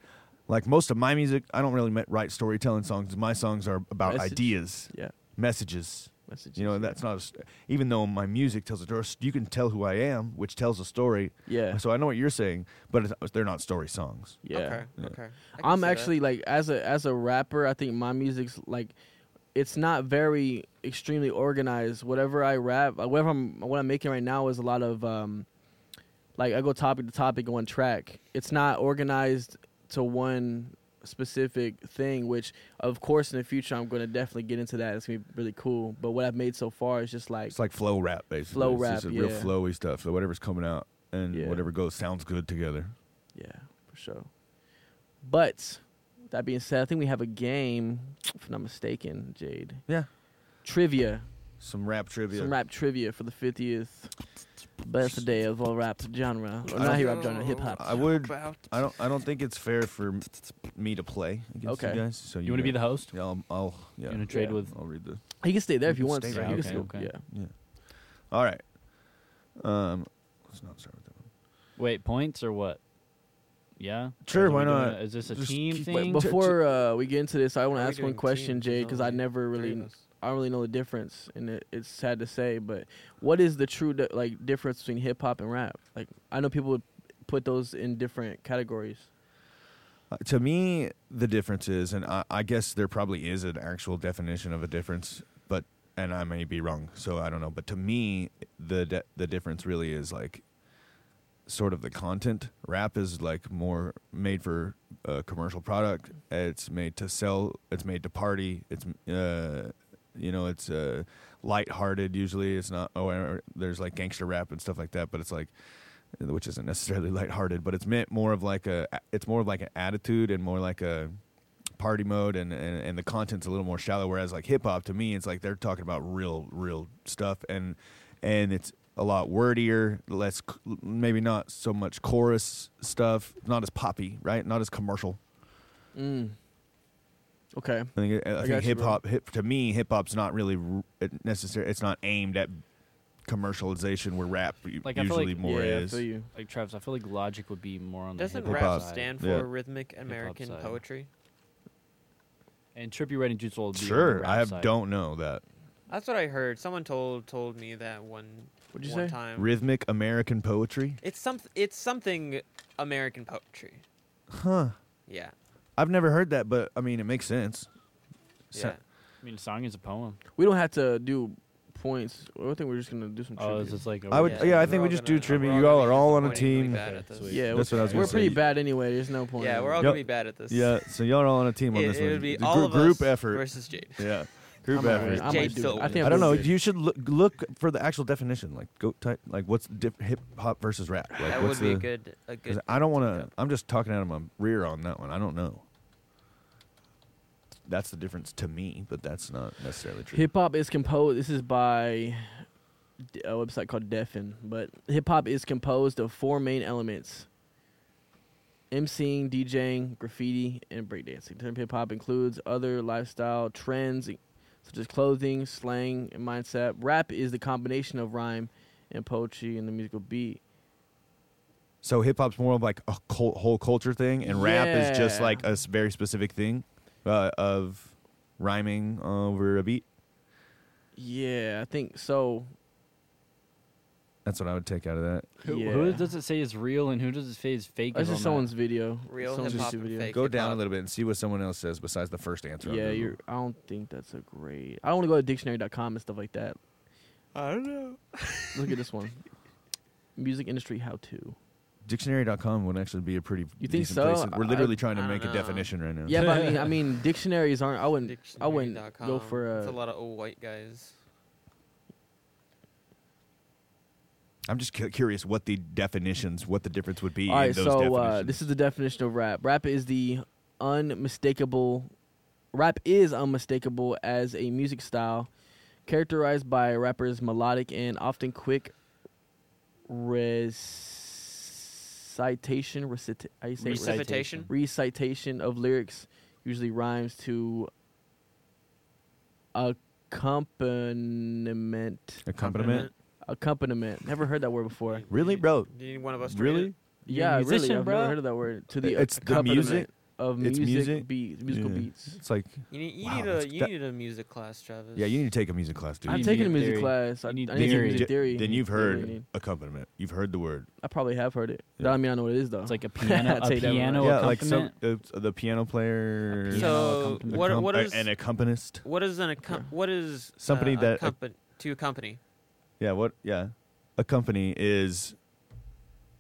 Like most of my music, I don't really write storytelling songs. My songs are about
Message.
ideas,
Yeah.
messages,
Messages,
you know, and that's not a, s- even though my music tells a story, you can tell who I am, which tells a story.
yeah.
So I know what you're saying, but it's, they're not story songs.
Yeah.
Okay.
Yeah.
Okay. I can
I'm
see that.
actually like as a as a rapper, I think my music's like it's not very extremely organized. Whatever I rap, like, whatever I'm what I'm making right now is a lot of um like I go topic to topic on track. It's not organized to one specific thing, which of course in the future I'm gonna definitely get into that. It's gonna be really cool. But what I've made so far is just like
It's like flow rap, basically.
Flow
it's just
rap,
real
yeah.
flowy stuff. So whatever's coming out and
Yeah.
whatever goes sounds good together.
Yeah, for sure. But that being said, I think we have a game, if I'm not mistaken, Jade.
Yeah.
Trivia.
Some rap trivia.
Some rap trivia for the 50th birthday of all rap genre. Or
I
not
don't-
rap genre, hip hop.
I would.
About-
I don't. I don't think it's fair for m- me to play against
Okay.
you guys. So you,
You want to be the
got-
host?
Yeah, I'll. I'll yeah.
You want to trade
Yeah.
with?
I'll read the.
He can stay there
You
if he
can
wants
stay
to.
right
You
here.
can still-
Okay, okay.
Yeah.
Yeah. All right. Um. Let's not start with that one.
Wait, points or what? Yeah.
Sure,
Or are we
why
doing
not?
a- Is this a
Just
team
keep-
Wait,
thing?
but-
before uh, we get into this, I want
Are
to
we
ask one
doing
question,
teams?
Jade,
There's
because I
only
never
three
really,
of us.
I don't really know the difference, and it, it's sad to say, but what is the true di- like difference between hip hop and rap? Like, I know people would put those in different categories.
Uh, to me, the difference is, and I, I guess there probably is an actual definition of a difference, but and I may be wrong, so I don't know. But to me, the de- the difference really is like sort of the content. Rap is like more made for a commercial product. It's made to sell. It's made to party. It's uh, you know, it's uh, lighthearted. Usually, it's not. Oh, and there's like gangster rap and stuff like that, but it's like which isn't necessarily [LAUGHS] lighthearted, but it's meant more of like a it's more of like an attitude and more like a party mode and, and, and the content's a little more shallow whereas like hip hop to me it's like they're talking about real real stuff and and it's a lot wordier less c- maybe not so much chorus stuff not as poppy right not as commercial
Mm. Okay.
i think i,
got you,
think hip
bro.
hop hip to me hip hop's not really r- it necessary it's not aimed at commercialization where rap u-
Like, I feel
usually
like-
more
yeah,
is
I feel you.
[LAUGHS] like Travis, I feel like Logic would be more on the
Doesn't
hip-hop
rap
side.
stand for
Yeah.
Rhythmic American
side.
Poetry?
and Trippy Red and Juice will be on the
sure
rap
i have-
side.
don't know that
That's what I heard. Someone told told me that one
What'd you
one
say?
time.
rhythmic american poetry
It's some it's something American poetry.
huh
Yeah.
i've never heard that but i mean it makes sense So-
Yeah.
I mean, a song is a poem.
We don't have to do points. I think we're just gonna do some
Oh,
trivia.
it's just like
I would- yeah, I
we're
think we
all
just
gonna-
do trivia.
we're
You all
gonna
are
be
all on a
disappointingly
team.
bad at
Okay,
this.
sweet.
yeah,
That's
we're,
what I was
we're
gonna say.
pretty bad anyway. There's no point.
Yeah,
in
we're
it.
all
Yep.
gonna be bad at this.
Yeah, so y'all are all on a team on
It,
this
it
one.
would be
The
all
gr-
of
group
us
effort.
versus Jade.
Yeah, group
I'm all
effort.
right. I
Jade
might do
still
it. I
wins.
think
I don't know.
I'm good.
You should look, look for the actual definition. Like, go type like what's diff- hip hop versus
[SIGHS]
rap. Like,
that
what's
would be a
the-
good a
'cause
good.
I don't want to. I'm just talking out of my rear on that one. I don't know. That's the difference to me, but that's not necessarily true.
Hip hop is composed. This is by d- a website called Deafin, but hip hop is composed of four main elements: emceeing, DJing, graffiti, and breakdancing. Term hip hop includes other lifestyle trends i- such as clothing, slang, and mindset. Rap is the combination of rhyme and poetry and the musical beat.
So hip hop's more of like a cult, whole culture thing, and rap is just
Yeah.
like a s- very specific thing uh, of rhyming over a beat.
Yeah, I think so.
That's what I would take out of that.
Who,
yeah.
who does it say is real and who does it say is fake?
That's
is
just
on
someone's video.
Real
someone's
hip-hop
YouTube
and
video.
fake.
Go down a
hip-hop.
little bit and see what someone else says besides the first answer. on
Yeah,
Google.
you're, I don't think that's a great. I want to go to dictionary.com and stuff like that.
I don't know.
Look at this
[LAUGHS]
one. Music industry how to.
dictionary.com would actually be a pretty
You think
decent
so?
place. We're
I-
literally trying to
I don't
make a
know.
definition right now.
Yeah, but I
[LAUGHS]
mean, I mean, dictionaries aren't. I wouldn't. I wouldn't go
Dictionary.com.
for
It's
a.
a lot of old white guys.
I'm just cu- curious what the definitions, what the difference would be
All right,
in those
so uh,
definitions.
this is the definition of rap. Rap is the unmistakable. Rap is unmistakable as a music style, characterized by a rapper's melodic and often quick recitation, recita- I say
Recit-
recit-
Recitation?
recitation of lyrics, usually rhymes to accompaniment.
Accompaniment.
Accompaniment. Never heard that word before.
Really,
Do you-
bro?
Do you need one of us to read
Really?
it?
You're a
yeah, really.
musician,
I've
bro.
never heard of that word. To the
It's the
accompaniment
music?
of
It's
music,
music?
beats, musical
Yeah.
beats.
It's like
You need, you
Wow,
need
that's-
a you
that-
need a music class, Travis.
yeah, you need to take a music class, dude.
You
I've
need
taken a
music
music
theory.
class.
You
I,
need
I need some
theory.
music theory.
Then you've
That's what I
heard
need.
accompaniment. You've heard the word.
I probably have heard it.
Yeah.
That I mean, I know what it is though.
It's
[LAUGHS]
like a piano, a
Take that one.
piano
yeah, like some
accompaniment.
uh, the piano player.
piano
So
accompaniment.
what
accom-
what
uh,
is
an accompanist?
what is an accom-
Yeah.
what is
Somebody
uh,
that-
accompa- to accompany?
Yeah, what? Yeah, a company is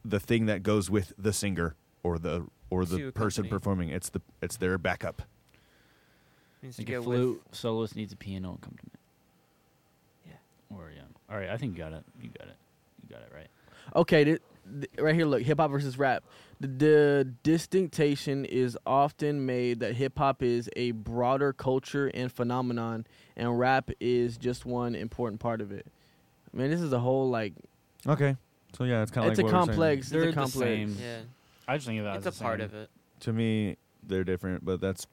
the thing that goes with the singer or the or
To
the person
accompany.
performing. It's the it's their backup.
Means to
like a
go
flute soloist needs a piano accompaniment.
Yeah.
Or yeah. All right, I think you got it. You got it. You got it right.
Okay, th- th- right here. Look, hip hop versus rap. The, the distinction is often made that hip hop is a broader culture and phenomenon, and rap is just one important part with it. Man, this is a whole like
Okay, so yeah, it's kind
it's a complex.
They're
It's
the
a complex.
same.
with. Yeah,
I just think of that
it's a
as the
part
same.
of it.
To me, they're different, but that's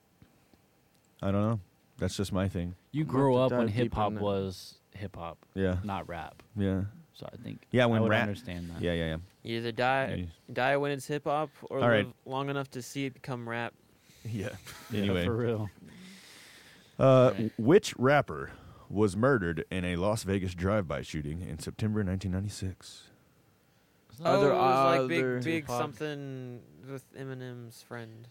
I don't know. That's just my thing.
You
I'm gonna
grew
have
up
to
when
dive deep
hip hop
on that.
was hip hop,
Yeah,
not rap.
yeah,
So I think
yeah.
I
When
would
rap,
understand that.
yeah, yeah, yeah.
You either die die when it's hip hop or
All right.
live long enough to see it become rap.
Yeah.
[LAUGHS] Yeah,
[LAUGHS] Anyway,
for real.
uh,
Right.
which rapper was murdered in a Las Vegas drive-by shooting in September 1996?
Are there
oh, it was like
other-
big big
Tupac?
something with Eminem's friend.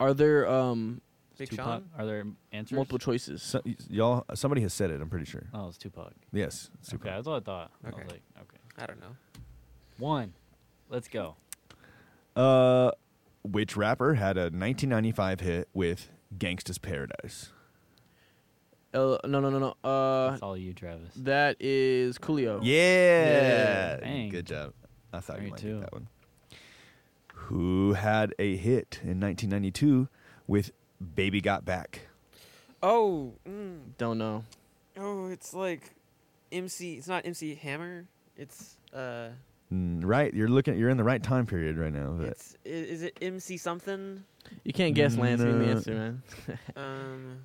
Are there um
Big
Tupac?
Sean.
Are there answers?
multiple choices?
So, y- y'all, somebody has said it. I'm pretty sure.
Oh, it's Tupac.
Yes, it's
Okay,
Tupac.
that's what I thought. I was
Okay.
like, okay.
I don't know.
One. Let's go.
Uh, which rapper had a 1995 hit with "Gangsta's Paradise"?
Uh, no, no, no, no. Uh,
That's all you,
[LAUGHS]
Travis.
that is Coolio.
Yeah,
Dang.
good job. I thought
Me
you might
too.
get that one. Who had a hit in 1992 with "Baby Got Back"?
Oh, mm,
Don't know.
oh, it's like MC. It's not MC Hammer. It's uh,
Mm, Right, you're looking. You're in the right time period right now. but-
it's i- is it MC something?
You can't guess, Lance. Give me the
Mm, No.
answer, man.
Um,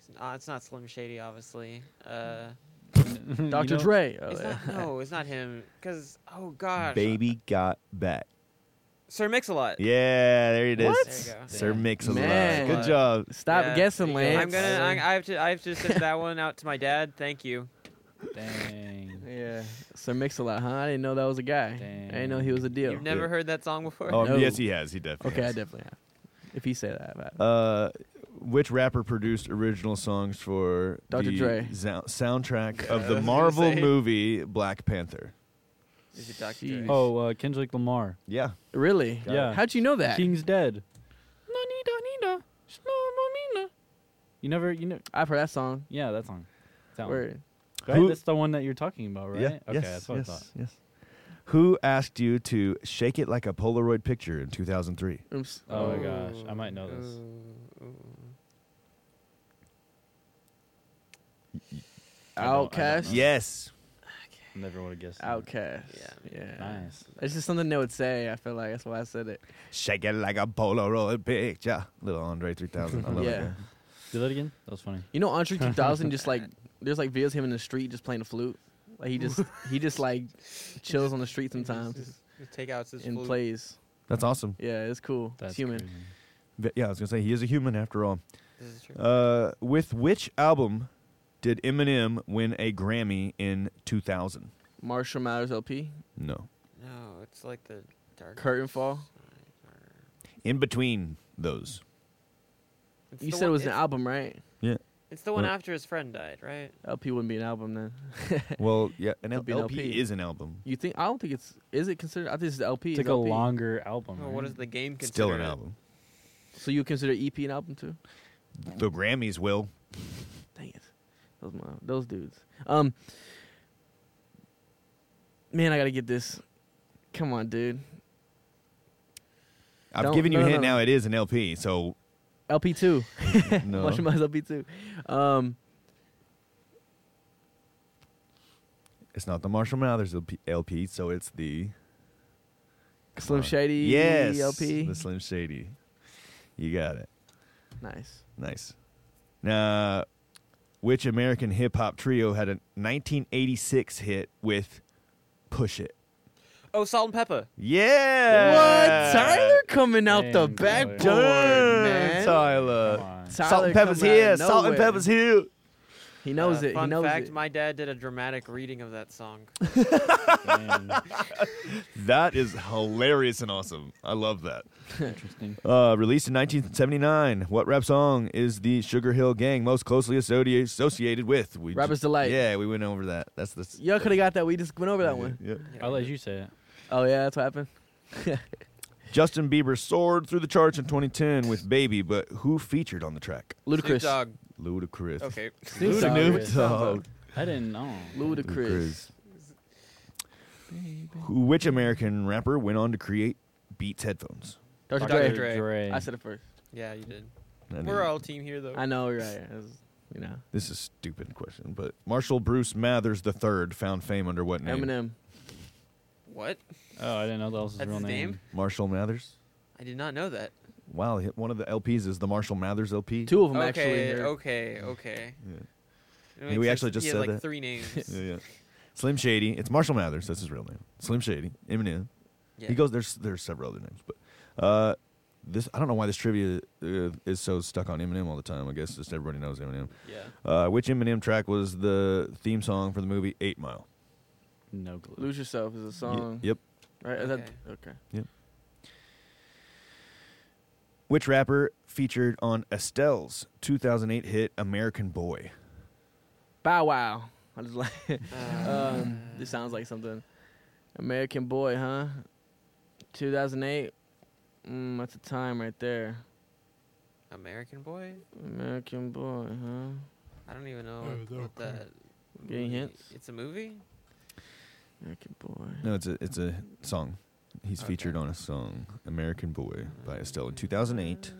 it's not, it's not Slim Shady, obviously. Uh,
[LAUGHS] You
Dr.
know,
Dre. Oh,
it's
yeah.
not, no, it's not him. Cause oh gosh,
Baby got back.
Sir Mix a Lot.
Yeah, there it is.
What?
There you go.
Sir
Yeah.
Mix a lot.
Man.
Good job.
Stop
Yeah,
guessing,
there you
Lance.
I'm gonna. I, I have to. I have to send that one out to my dad. Thank you. [LAUGHS]
Dang.
Yeah, Sir Mix-a-Lot, huh? I didn't know that was a guy. I didn't know he was a deal.
You've never
Yeah.
heard that song before.
Oh
No.
yes, he has. He definitely.
okay, I
has.
definitely have. If he said that, I-
Uh, which rapper produced original songs for
Dr.
the
Dre.
sou- soundtrack
Yeah,
of
I
the
was gonna
Marvel
say.
movie Black Panther?
[LAUGHS] Is it Dr.
Jeez.
Dre?
Oh, uh, Kendrick Lamar.
Yeah,
really?
Got
yeah.
How'd you know that?
King's dead. You never, you know,
I've heard that song.
yeah, that song. That one.
Word.
Right?
Who-
That's the one that you're talking about, right?
yeah.
Okay,
yes,
that's what
yes,
I thought.
yes. Who asked you to shake it like a Polaroid picture in 2003?
Oops.
Oh my gosh, I might know this.
Ooh, ooh.
I don't- I don't
Outcast.
know.
Yes.
Never would have guessed. that.
Outcast.
Yeah.
Yeah.
Nice.
It's just something they would say. I feel like that's why I said it.
Shake it like a Polaroid picture. Little Andre 3000. I love
yeah.
that guy.
Do that again. That was funny.
You know,
[LAUGHS]
Andre 2000 just
[LAUGHS]
like there's like videos of him in the street just playing the flute. Like he
[LAUGHS]
just he just like chills on the street
Just-
sometimes
just- just Take out his
and
flute.
plays.
That's awesome.
Yeah, it's cool.
That's
it's human.
crazy.
But yeah, I was gonna say he is a human after all.
This is true.
Uh, with which album did Eminem win a Grammy in 2000?
Marshall Mathers LP.
No.
no, it's like the dark
Curtain Fall?
Side, or-
In between
[LAUGHS]
those.
It's
You
the
said it
one-
was an
it's-
album, right?
It's the one
What?
after his friend died, right?
LP wouldn't be an album then.
Well, yeah, an
It'll
LP,
be an LP.
is an album.
You think? I don't think it's. Is it considered? I think it's the LP.
It's
is
like a
LP.
longer album.
Well, Oh, what
right?
does the game consider?
Oh, Still an
it?
album.
So you consider EP an album too?
The Grammys will.
Dang it, those mo- those dudes. Um, man, I gotta get this. Come on, dude.
I've
Don't-
given you
no,
a
no,
hint
no.
now. It is an LP, so
LP two.
[LAUGHS] no.
Marshall Mathers LP two. Um,
It's not the Marshall Mathers LP, LP, so it's the
Slim
on.
Shady
yes
LP.
the Slim Shady. You got it.
Nice.
Nice. Now, which American hip hop trio had a 1986 hit with "Push It"?
Oh, Salt and Pepper.
Yeah.
What? Tyler coming out the
Dang,
backboard,
Tyler.
Damn,
man.
Come
Tyler.
on.
Salt and pepper's
coming out of
here. Salt and
nowhere.
pepper's here.
He knows
Uh,
it. He
Fun
knows
fact:
it.
My dad did a dramatic reading of
[LAUGHS]
that song.
Dang.
That is hilarious and awesome. I love that.
Interesting.
Uh, released in 1979, what rap song is the Sugar Hill Gang most closely associated associated with? We
Rapper's
ju-
Delight.
Yeah, we went over that. That's the
Y'all could have got that. We just went over that one.
[LAUGHS] Yeah.
I'll let you say it.
Oh yeah, that's what happened.
Justin Bieber soared through the charts in 2010 with "Baby," but who featured on the track?
Snoop
Ludicrous.
Dogg.
Ludacris.
Okay.
Snoop Dogg.
Ludacris.
I didn't know.
Ludacris.
Who, which American rapper went on to create Beats headphones?
Dr.
Dr.
Dre.
Dre.
I said it first.
Yeah, you did.
I didn't-
We're all team here though.
I know you're right. It was, you know,
This is a stupid question, but Marshall Bruce Mathers III found fame under what name?
Eminem.
What?
Oh, I didn't know that was his
That's
real
his
name.
name?
Marshall Mathers.
I did not know that.
Wow, he- one of the LPs is the Marshall Mathers LP.
Two of them actually.
Okay,
here.
okay, okay.
Yeah.
It
Hey, we
makes sense.
actually just
he had
said
like
that.
three names.
[LAUGHS] Yeah, yeah. Slim Shady. It's Marshall Mathers. That's his real name. Slim Shady. Eminem.
Yeah.
He goes. There's there's several other names, but uh, this I don't know why this trivia uh, is so stuck on Eminem all the time. I guess just everybody knows Eminem.
Yeah.
Uh, which Eminem track was the theme song for the movie Eight Mile?
No clue.
Lose Yourself is a
Y-
song.
yep.
Right? Is
Okay.
that okay?
Which rapper featured on Estelle's 2008 hit American Boy?
Bow Wow. I just like.
Uh,
um, this sounds like something. American Boy, huh? 2008. Mm, that's a time right there.
American boy?
American Boy, huh?
I don't even know what, what that.
Getting
movie-
hints?
It's a movie.
American Boy.
No, it's a it's a song. He's
Okay.
featured on a song American Boy by Estelle in 2008.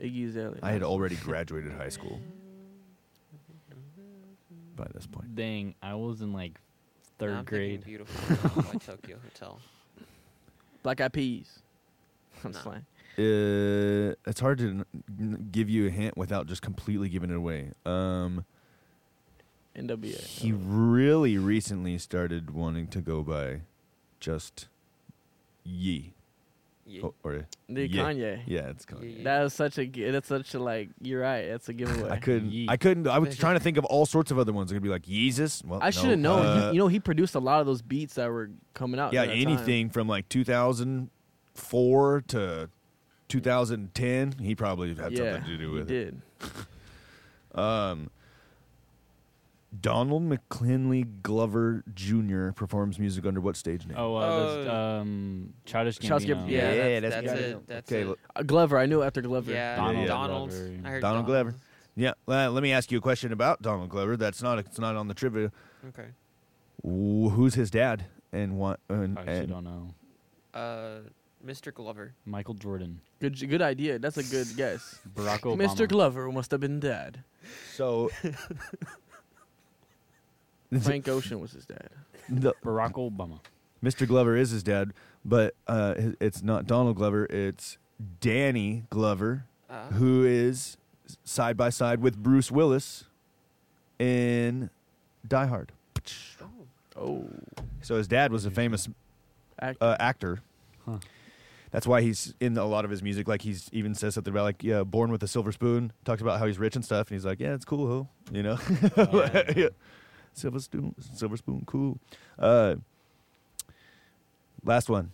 Iggy Azalea.
I had already graduated high school by this point.
Dang, I was in like
Now
third
I'm thinking
grade.
[LAUGHS]
Beautiful by Tokyo Hotel.
Black Eyed Peas. [LAUGHS] I'm
No.
slang.
Uh, it's hard to n- n- give you a hint without just completely giving it away. Um,
NWA.
he really recently started wanting to go by just Yee.
Yeah.
Oh, or
Dude,
yeah.
Kanye.
yeah, it's Kanye.
Yeah.
That is such a. gi- That's such a like. You're right. That's a giveaway.
I couldn't.
Yee.
I couldn't. I was trying to think of all sorts of other ones. I could be like Yeezus. Well,
I
no.
should have known. He-
Uh,
you know, he produced a lot of those beats that were coming out.
yeah,
during that time.
anything from like 2004 to 2010, he probably had
yeah,
something to do
he
with it.
did.
Um, Donald McClinley Glover Jr. performs music under what stage name?
Oh, uh, that's,
Oh.
um, Childish
Childish Gam-
Gambino.
yeah,
that's,
that's-
that's
yeah.
it. That's
okay.
it.
l-
Uh, Glover. I knew after Glover.
Yeah,
Donald
Donald.
Glover.
I heard
Donald Glover. Yeah. le- let me ask you a question about Donald Glover. That's not. It's not on the trivia.
Okay.
Wh- Who's his dad? And what? And,
I actually
and
don't know.
Uh, Mr. Glover.
Michael Jordan.
Good. Good idea. That's a good guess.
Barack Obama.
Mr. Glover must have been
[LAUGHS]
dead.
so
Frank Ocean was his dad.
the,
Barack Obama.
Mr. Glover is his dad, but uh, hi- it's not Donald Glover. It's Danny Glover,
Uh,
who is side by side with Bruce Willis in Die Hard.
oh,
Oh,
So his dad was a famous
act-
uh, actor.
Huh.
That's why he's in a lot of his music. Like he's even says something about like yeah, born with a silver spoon. Talks about how he's rich and stuff, and he's like, yeah, it's cool, ho. you know, [LAUGHS]
Yeah.
[LAUGHS] Yeah. silver spoon, silver spoon, cool. Uh, last one.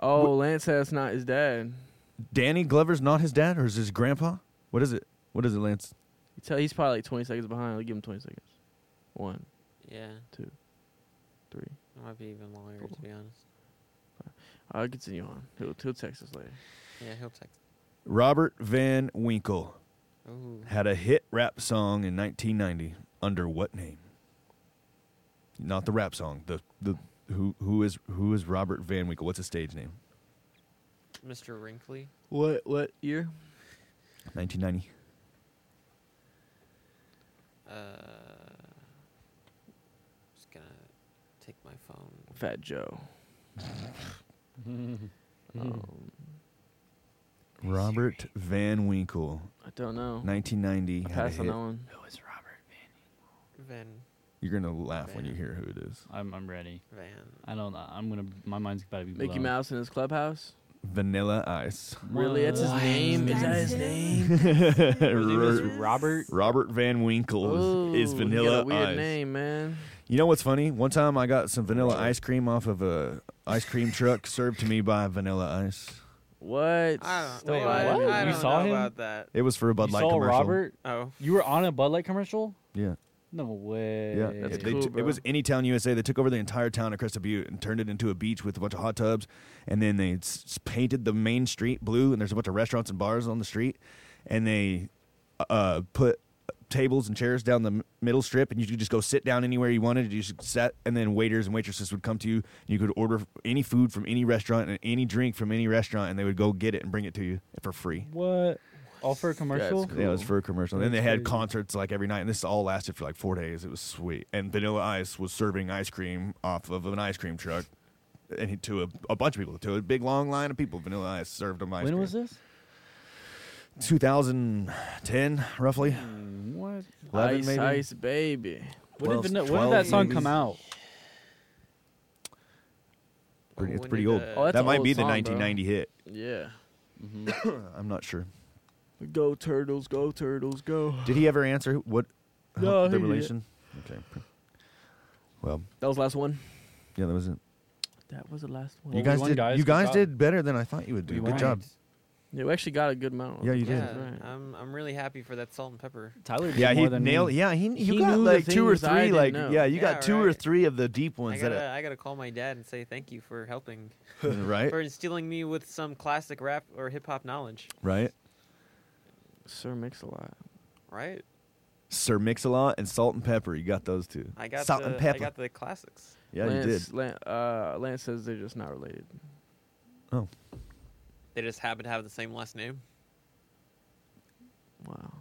oh, Lance has not his dad.
Danny Glover's not his dad, or is his grandpa? What is it? What is it, Lance?
You tell he's probably like 20 seconds behind. I'll give him 20 seconds. One,
yeah.
three.
It might be even longer, to be honest.
I'll continue on. He'll, he'll text us later.
Yeah, he'll text.
Robert Van Winkle
Ooh.
had a hit rap song in 1990 under what name? Not the rap song. The the who who is who is Robert Van Winkle? What's his stage name?
Mr. Wrinkly.
What what year?
1990.
Uh,
Fat Joe. Um,
Robert Van Winkle,
I don't know.
1990.
I
had a
pass on
hit.
that one.
Who is Robert Van?
Van.
You're gonna laugh when you
Van.
hear who it is.
I'm I'm ready.
Van.
I don't know. I'm gonna. My mind's about to be
Mickey
blown.
Mouse in his clubhouse.
Vanilla
[LAUGHS]
Ice. [LAUGHS]
Really, that's his
What?
name. Is that
That's
his
it?
name?
name is
Ro-
Robert.
Robert Van Winkle is, is
Ooh, he got
Vanilla
a weird
Ice.
name, man.
You know what's funny? One time I got some vanilla ice cream off of a ice cream truck served to me by Vanilla Ice.
What?
I don't,
Wait,
know. I-
what?
I
You
don't
saw
know
him?
about that.
It was for a Bud
you
Light
saw
commercial.
Robert.
Oh.
You were on a Bud Light commercial?
Yeah,
No way.
yeah.
That's
they
cool,
t-
bro.
it was Anytown USA. They took over the entire town of Crested Butte and turned it into a beach with a bunch of hot tubs, and then they s- s- painted the main street blue. And there's a bunch of restaurants and bars on the street, and they uh, put tables and chairs down the m- middle strip, and you could just go sit down anywhere you wanted. You just sat, and then waiters and waitresses would come to you. And you could order any food from any restaurant and any drink from any restaurant, and they would go get it and bring it to you for free.
What? All for a commercial?
cool.
Yeah, it was for a commercial. And they had
Crazy.
concerts like every night, and this all lasted for like four days. It was sweet. And Vanilla Ice was serving ice cream off of an ice cream truck, and he- to a, a bunch of people, to a big long line of people. Vanilla Ice served them ice
When
cream.
was this?
2010, roughly.
What?
11
ice,
maybe?
ice, baby.
When,
Twelve-
did, Vanilla- when did
12
that song
maybe.
come out?
Pretty- it's
When
pretty
did,
old.
uh,
Oh, that's
that
an
might
old
be the
song, bro.
1990 hit.
Yeah.
Mm-hmm. I'm not sure.
Go turtles, go turtles, go.
Did he ever answer what how-
No, he
the
didn't.
relation? Okay. Well,
That was the last one.
yeah, that was it.
That was the last one.
you
we
guys
won,
did.
guys.
you
Good
guys
job.
did better than I thought you would do.
We
Good
won.
job.
Yeah, we actually got a good amount.
Yeah, you
Yeah,
did.
Right.
I'm, I'm really happy for that salt and pepper.
Tyler did
Yeah,
more
he
than
nailed.
me.
Yeah, he you
He
got
knew the
like two or
things I
three.
didn't
Like
know.
yeah, you
Yeah,
got two or
right.
three of the deep ones
I gotta,
that
I gotta call my dad and say thank you for helping,
[LAUGHS] right,
for instilling me with some classic rap or hip hop knowledge.
right.
Sir Mix a lot.
Right?
Sir Mix-a-Lot and Salt and Pepper. You got those two.
I got
Salt
the,
and Pepper.
I got the classics.
yeah,
Lance,
you did.
Lan- uh, Lance says they're just not related.
They just happen to have the same last name.
Wow.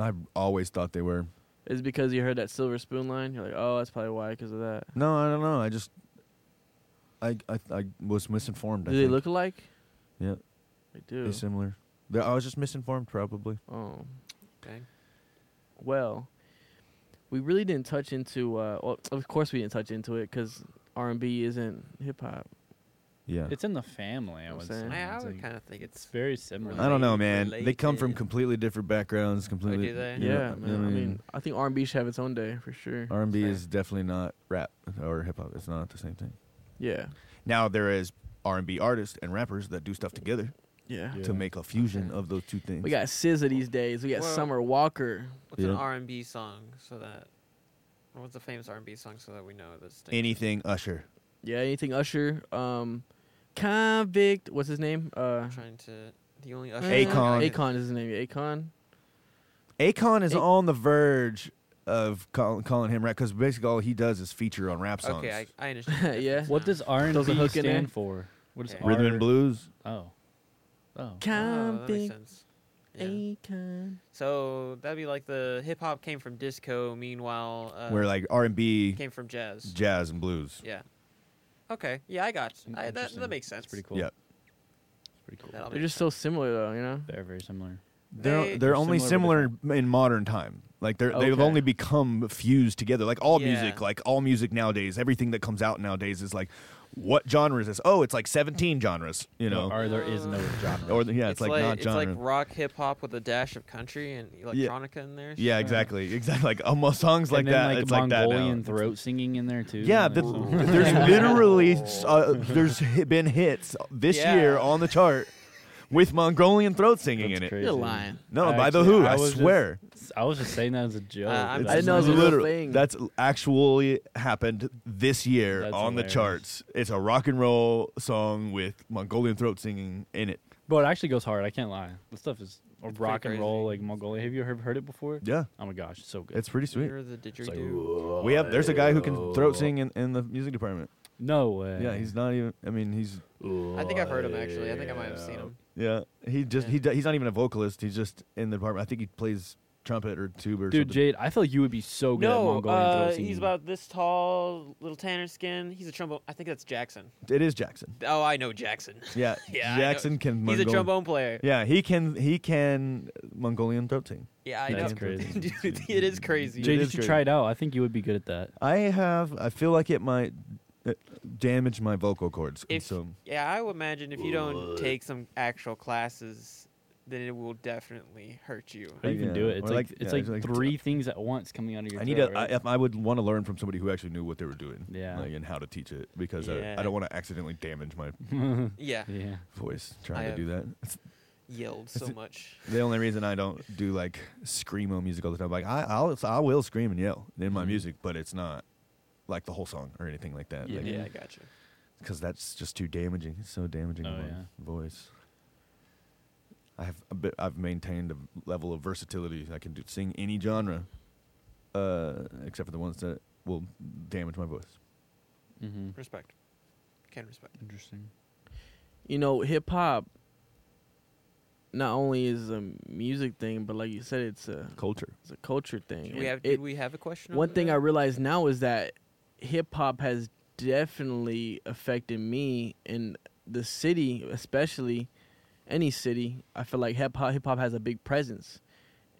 I always thought they were.
It's because you heard that silver spoon line. You're like, oh, that's probably why, because of that.
No, I don't know. I just, I I, I was misinformed.
Do
I
they
think.
look alike?
Yeah.
They do.
They're similar? They're- I was just misinformed, probably.
Oh.
Okay.
Well, we really didn't touch into. Uh, well, of course we didn't touch into it because R and B isn't hip hop.
Yeah.
It's in the family, I
I'm
would say.
saying.
I, I
It's,
would
like-
kind of think it's
it's very similar.
I don't know, man. They come from
related.
completely different backgrounds. Completely.
they?
you know,
Yeah, man. I mean, I think R and B should have its own day for sure.
R and B
Fair.
is definitely not rap or hip hop. It's not the same thing.
yeah.
Now there is R and B artists and rappers that do stuff together
Yeah.
Yeah.
to make a fusion of those two things.
We got SZA these days. We got
Well-
Summer Walker.
what's an
Yeah.
R and B song so that what's a famous R and B song so that we know this thing.
anything Usher.
Yeah. Anything Usher. Um, Convict. What's his name? Uh,
trying to the only Usher
Akon.
song I like is-
Akon is his name. yeah, Akon.
Oh,
Akon is
A-
on the verge of call, calling him rap because basically all he does is feature on rap songs.
Okay, I, I understand. the
Yeah.
difference
What
now.
does R and
Throws a
B
hook in
stand
there.
for? What is
Yeah.
Rhythm
R-
and blues.
Oh, oh.
Oh, that makes
Convict.
sense. Yeah.
Akon.
So that'd be like the hip hop came from disco, meanwhile uh,
where like R and B,
came from jazz.
jazz and blues.
yeah. Okay. Yeah, I got. you. I, that
Interesting.
that makes sense.
That's pretty cool.
Yeah.
It's pretty cool.
That'll
They're
make
just so similar though, you know.
They're very similar.
They're
They-
they're
They're
only
similar,
similar
but
in modern time. Like they're they've
Okay.
only become fused together. Like all
Yeah.
music, like all music nowadays, everything that comes out nowadays is like, what genre is this? Oh, it's like seventeen genres. You know,
or there is no genre.
or yeah, it's, like, not
it's
genre.
like rock, hip hop with a dash of country and electronica in there.
yeah, exactly, exactly. Like almost [LAUGHS] songs like
and then,
that.
Like
it's like that now.
Mongolian throat singing in there too.
Yeah,
[LAUGHS] like-
that's, there's literally uh, there's hi- been hits this
Yeah.
year on the chart with Mongolian throat singing
That's
in it.
crazy.
You're lying.
No,
I
by the
actually-
Who,
I
I,
was just-
swear.
I was just saying that as a joke.
Uh, I'm
That's
I didn't know it was a
hilarious.
real thing.
That's actually happened this year
That's
on the
hilarious.
charts. It's a rock and roll song with Mongolian throat singing in it.
Bro, it actually goes hard. I can't lie. The stuff is a
It's pretty
rock and roll
crazy.
like Mongolia. Have you ever heard it before?
Yeah,
Oh my gosh, it's so good.
it's pretty sweet.
You're the didgeridoo.
It's like,
We have there's a guy who can throat sing in, in the music department.
no way.
Yeah, he's not even. I mean, he's
I think I've heard him actually. I think I might have seen him.
yeah. He just
Yeah.
he he he's not even a vocalist. He's just in the department. I think he plays trumpet or tube or
Dude,
something.
Jade, I feel like you would be so good at
no,
Mongolian
uh,
throat singing.
he's about this tall, little tanner skin. He's a trombone. I think that's Jackson.
it is Jackson.
Oh, I know Jackson. [LAUGHS]
Yeah,
Yeah, I know.
Jackson can.
He's a
Mongolian-
trombone player.
Yeah, he can. He can Mongolian throat sing.
Yeah, I
That's
know.
crazy.
[LAUGHS] Dude, it is crazy.
Jay-
Jade,
It
you
is
should
great.
try it out. I think you would be good at that.
I have. I feel like it might uh, damage my vocal cords. and
If-
so
Yeah, I would imagine if you don't take some actual classes, then it will definitely hurt you.
How do you
Yeah.
even do it? It's
Or
like,
like-
it's
yeah,
like
it's like-
three things at once coming out of your.
I need
throat,
to.
right?
I, if I would want to learn from somebody who actually knew what they were doing.
Yeah.
Like, and how to teach it because
Yeah.
I, I don't want to accidentally damage my
Yeah,
yeah.
voice trying
I
to do that. It's
yelled so much.
the only reason I don't do like screamo music all the time. Like I, I'll, I will scream and yell in my
Mhm.
music, but it's not like the whole song or anything like that.
Yeah.
Like,
Yeah, I got you.
because that's just too damaging. It's so damaging
Oh,
to my
yeah.
voice. I have a bit, I've maintained a level of versatility. I can do, sing any genre, uh, except for the ones that will damage my voice.
Mm-hmm.
Respect. Can respect.
Interesting.
you know, hip hop not only is a music thing, but like you said, it's a
Culture.
it's a culture thing.
Should
And
we have,
it-
did we have a question?
one
on
thing
that?
I realize now is that hip hop has definitely affected me in the city, especially any city. I feel like hip hop hip hop has a big presence,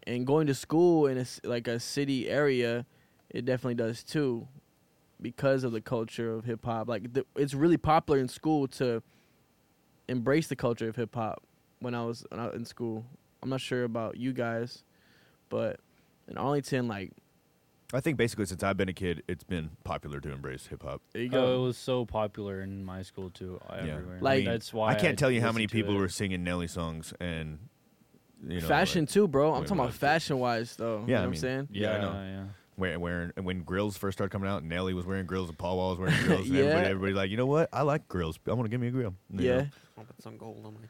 and going to school in a, c- like a city area, it definitely does too, because of the culture of hip hop. Like the, it's really popular in school to embrace the culture of hip hop. When I was when I was in school, I'm not sure about you guys, but in Arlington, like
I think basically since I've been a kid, it's been popular to embrace hip hop.
there you go.
Oh, it was so popular in my school too. I-
Yeah.
Everywhere.
Like-
that's why
I can't tell you how
listened
many
to
people
it.
were singing Nelly songs and you know,
fashion
like,
too, bro. I'm
Wait,
talking
what?
about fashion wise though. you know
Yeah, I
what I'm
mean,
saying.
Yeah, I
Yeah,
know.
yeah.
wearing, wearing when grills first started coming out. Nelly was wearing grills and Paul Wall was
[LAUGHS]
wearing grills. and
Yeah.
everybody, everybody like, you know what? I like grills. I want to give me a grill. you know?
yeah,
I'll put Oh, some gold on my.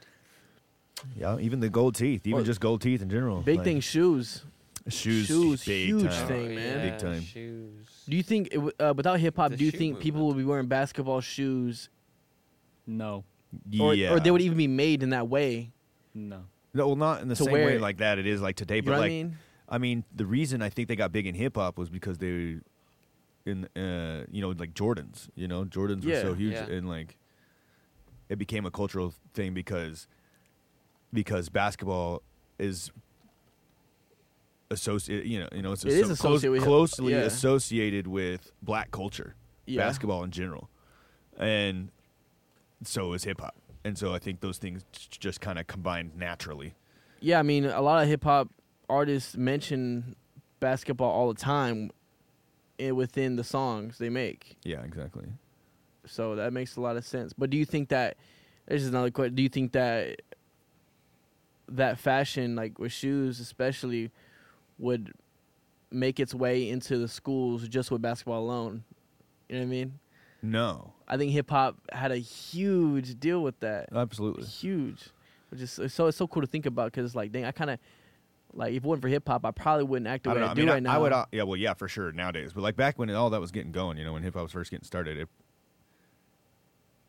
Yeah, even the gold teeth, even
Well,
just gold teeth in general.
big
like,
thing shoes.
shoes,
shoes,
big
huge
time.
thing, man.
Big time.
Oh, Shoes.
Do you think it, w- uh, without hip hop,
The
do you
shoe
think people will
movement.
be wearing basketball shoes,
No,
or,
yeah,
or they would even be made in that way?
no.
no, well, not in the
to
same
wear
way
it.
like that. It is like today,
You
but
know what
like
I mean?
I mean, the reason I think they got big in hip hop was because they, in uh, you know, like Jordans. You know, Jordans
Yeah.
were so huge,
Yeah.
and like, it became a cultural thing because, because basketball is associated. You know, you know, it's
It is
asso- close-
associated with hip-
closely
yeah.
associated with black culture,
Yeah.
basketball in general, and so is hip hop. And so I think those things j- just kind of combined naturally.
Yeah, I mean, a lot of hip hop artists mention basketball all the time, eh, within the songs they make.
Yeah, exactly.
So that makes a lot of sense. But do you think that there's just another question? Do you think that that fashion, like with shoes especially, would make its way into the schools just with basketball alone? You know what I mean?
No,
I think hip hop had a huge deal with that.
absolutely.
Huge, which is it's so it's so cool to think about because like dang, I kind of like if it wasn't for hip hop, I probably wouldn't act the way I,
don't know.
do
mean,
right now.
I would, uh, yeah, well, yeah, for sure nowadays. But like back when all that was getting going, you know, when hip hop was first getting started, it, it-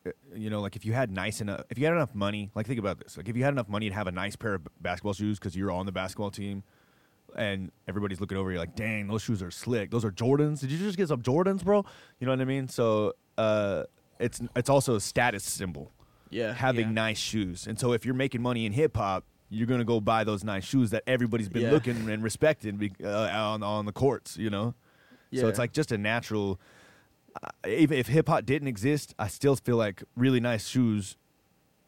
uh, you know, like if you had nice enough, if you had enough money, like think about this, like if you had enough money to have a nice pair of b- basketball shoes because you're on the basketball team, and everybody's looking over you like, dang, those shoes are slick. Those are Jordans. Did you just get some Jordans, bro? You know what I mean? So uh, it's it's also a status symbol
yeah,
having
Yeah.
nice shoes. And so if you're making money in hip hop, you're gonna go buy those nice shoes that everybody's been
Yeah.
looking and respecting be- uh, on on the courts. You know, so it's
Yeah.
like just a natural. Uh, even if hip hop didn't exist, I still feel like really nice shoes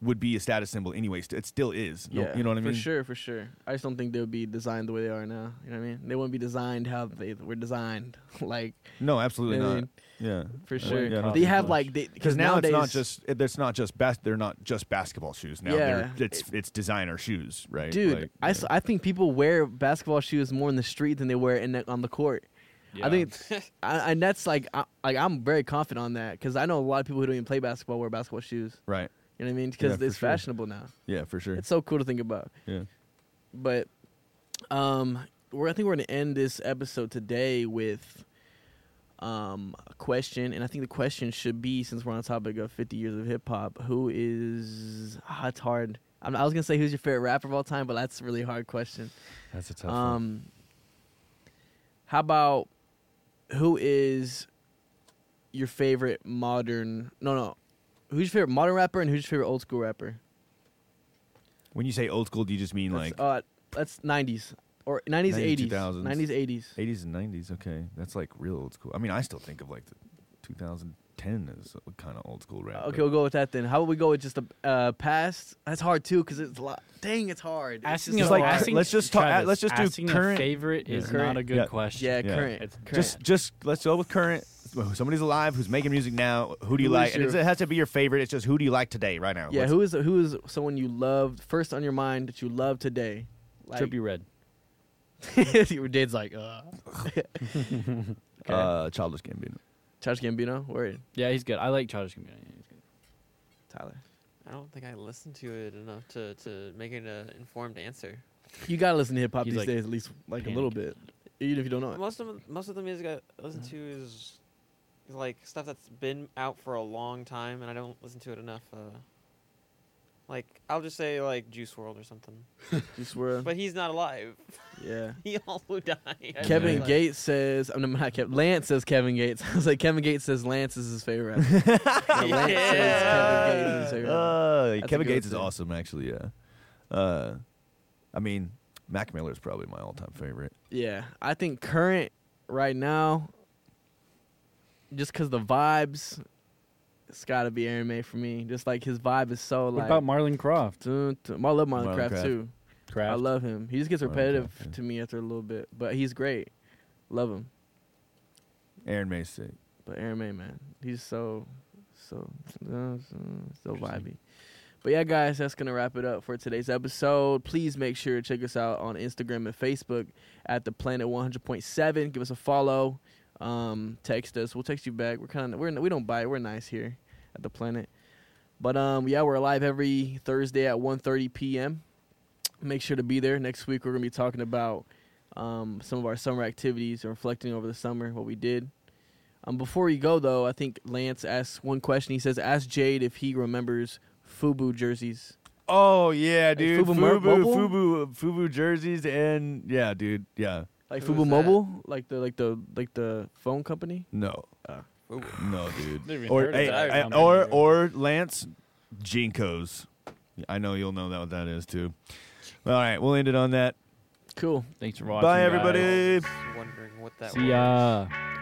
would be a status symbol anyway. St- It still is. No- you know what I mean?
For sure, for sure. I just don't think they would be designed the way they are now. You know what I mean? They wouldn't be designed how they were designed. [LAUGHS] like
No, absolutely
I
not.
mean,
yeah,
for
Uh,
sure.
yeah, no,
they
too
have
much.
like they
because now it's not
nowadays-
just it- it's not just bas- they're not just basketball shoes now.
Yeah.
They're, it's it's designer shoes, right?
dude.
Like,
I, s- I think people wear basketball shoes more in the street than they wear in the, on the court. I think,
[LAUGHS]
it's- I, and that's like I, like I'm very confident on that because I know a lot of people who don't even play basketball wear basketball shoes.
right.
You know what I mean? Because
Yeah, for
it's
sure.
fashionable now.
Yeah, for sure.
It's so cool to think about.
yeah.
But um we're I think we're gonna end this episode today with um a question and I think the question should be since we're on the topic of fifty years of hip hop, who is ah, it's hard. I'm, I was gonna say who's your favorite rapper of all time, but that's a really hard question.
That's a tough
Um How about who is your favorite modern? No, no. Who's your favorite modern rapper and who's your favorite old school rapper?
When you say old school, do you just mean
That's,
like
uh, that's 90s or 90s,
90s,
80s,
2000s.
90s, 80s.
80s and 90s? Okay, that's like real old school. I mean, I still think of like the 2010 as kind of old school rap.
Uh, Okay,
but-
we'll go with that then. How about we go with just the uh, past? That's hard too because it's a lot. Dang, it's hard. It's
Asking,
just
It's
a,
like-
hard.
asking
let's just talk-
Travis,
let's just do
asking a
current-
favorite is
Yeah.
not a good
Yeah.
question.
yeah,
yeah.
current.
It's
current.
Just, just let's go with current. Somebody's alive who's making music now. Who do you
Who
like?
is
And it's-
your-
it has to be your favorite. It's just who do you like today, right now?
yeah.
Let's-
Who is who is someone you loved first on your mind that you love today? Like,
Trippy Red.
[LAUGHS] your dad's like, uh. okay.
uh, Childish Gambino.
Childish Gambino, word.
Yeah, he's good. I like Childish Gambino. Yeah, he's good.
Tyler,
I don't think I listened to it enough to, to make it an informed answer.
you gotta listen to hip hop
He's
these
like,
days at least like a little bit, even if you don't know it.
Most of most of the music I listen to is is like stuff that's been out for a long time, and I don't listen to it enough. Uh, like I'll just say like Juice World or something,
Just where,
but he's not alive. [LAUGHS]
yeah.
He also died.
Kevin
Like,
Gates says, I'm not Kevin. Lance says Kevin Gates. [LAUGHS] I was like, Kevin Gates says Lance is his favorite.
[LAUGHS]
rapper. No, Lance says Kevin Gates is his favorite. rapper.
Uh,
That's a
Kevin
good
Gates is
thing.
awesome, actually. Yeah. Uh, I mean, Mac Miller is probably my all-time favorite.
Yeah, I think current right now, just because the vibes, it's got to be Aaron May for me. Just like his vibe is so
What
like.
about Marlon Croft?
dun, dun. I love Marlon,
Marlon
Craft,
Craft.
too. I
Craft.
love him. He just gets
Marlon Craft,
repetitive
yeah.
to me after a little bit, but he's great. Love him.
Aaron May's sick.
But Aaron May, man, he's so, so, so, so vibey.
Interesting.
But yeah, guys, that's gonna wrap it up for today's episode. Please make sure to check us out on Instagram and Facebook at the Planet 100.7. Give us a follow. Um, text us. We'll text you back. We're kind of we're we don't bite. We're nice here at the Planet. But um, yeah, we're live every Thursday at 1:30 p.m. Make sure to be there. Next week we're gonna be talking about um, some of our summer activities and reflecting over the summer what we did. Um, before you go though, I think Lance asks one question. He says, "Ask Jade if he remembers FUBU jerseys."
Oh yeah, dude.
Fubu Mer-
Fubu,
Mobile?
Fubu, Fubu, jerseys, and yeah, dude. Yeah.
Like
Who
FUBU
is that?
Mobile, like the like the like the phone company.
No.
Oh.
No, dude.
Never even
or
heard of
hey,
that
I-
company.
or or Lance Jinkos. I know you'll know that what that is too. All right, we'll end it on that.
Cool.
Thanks for watching.
Bye,
guys.
everybody.
I was wondering what that
See
was.
ya.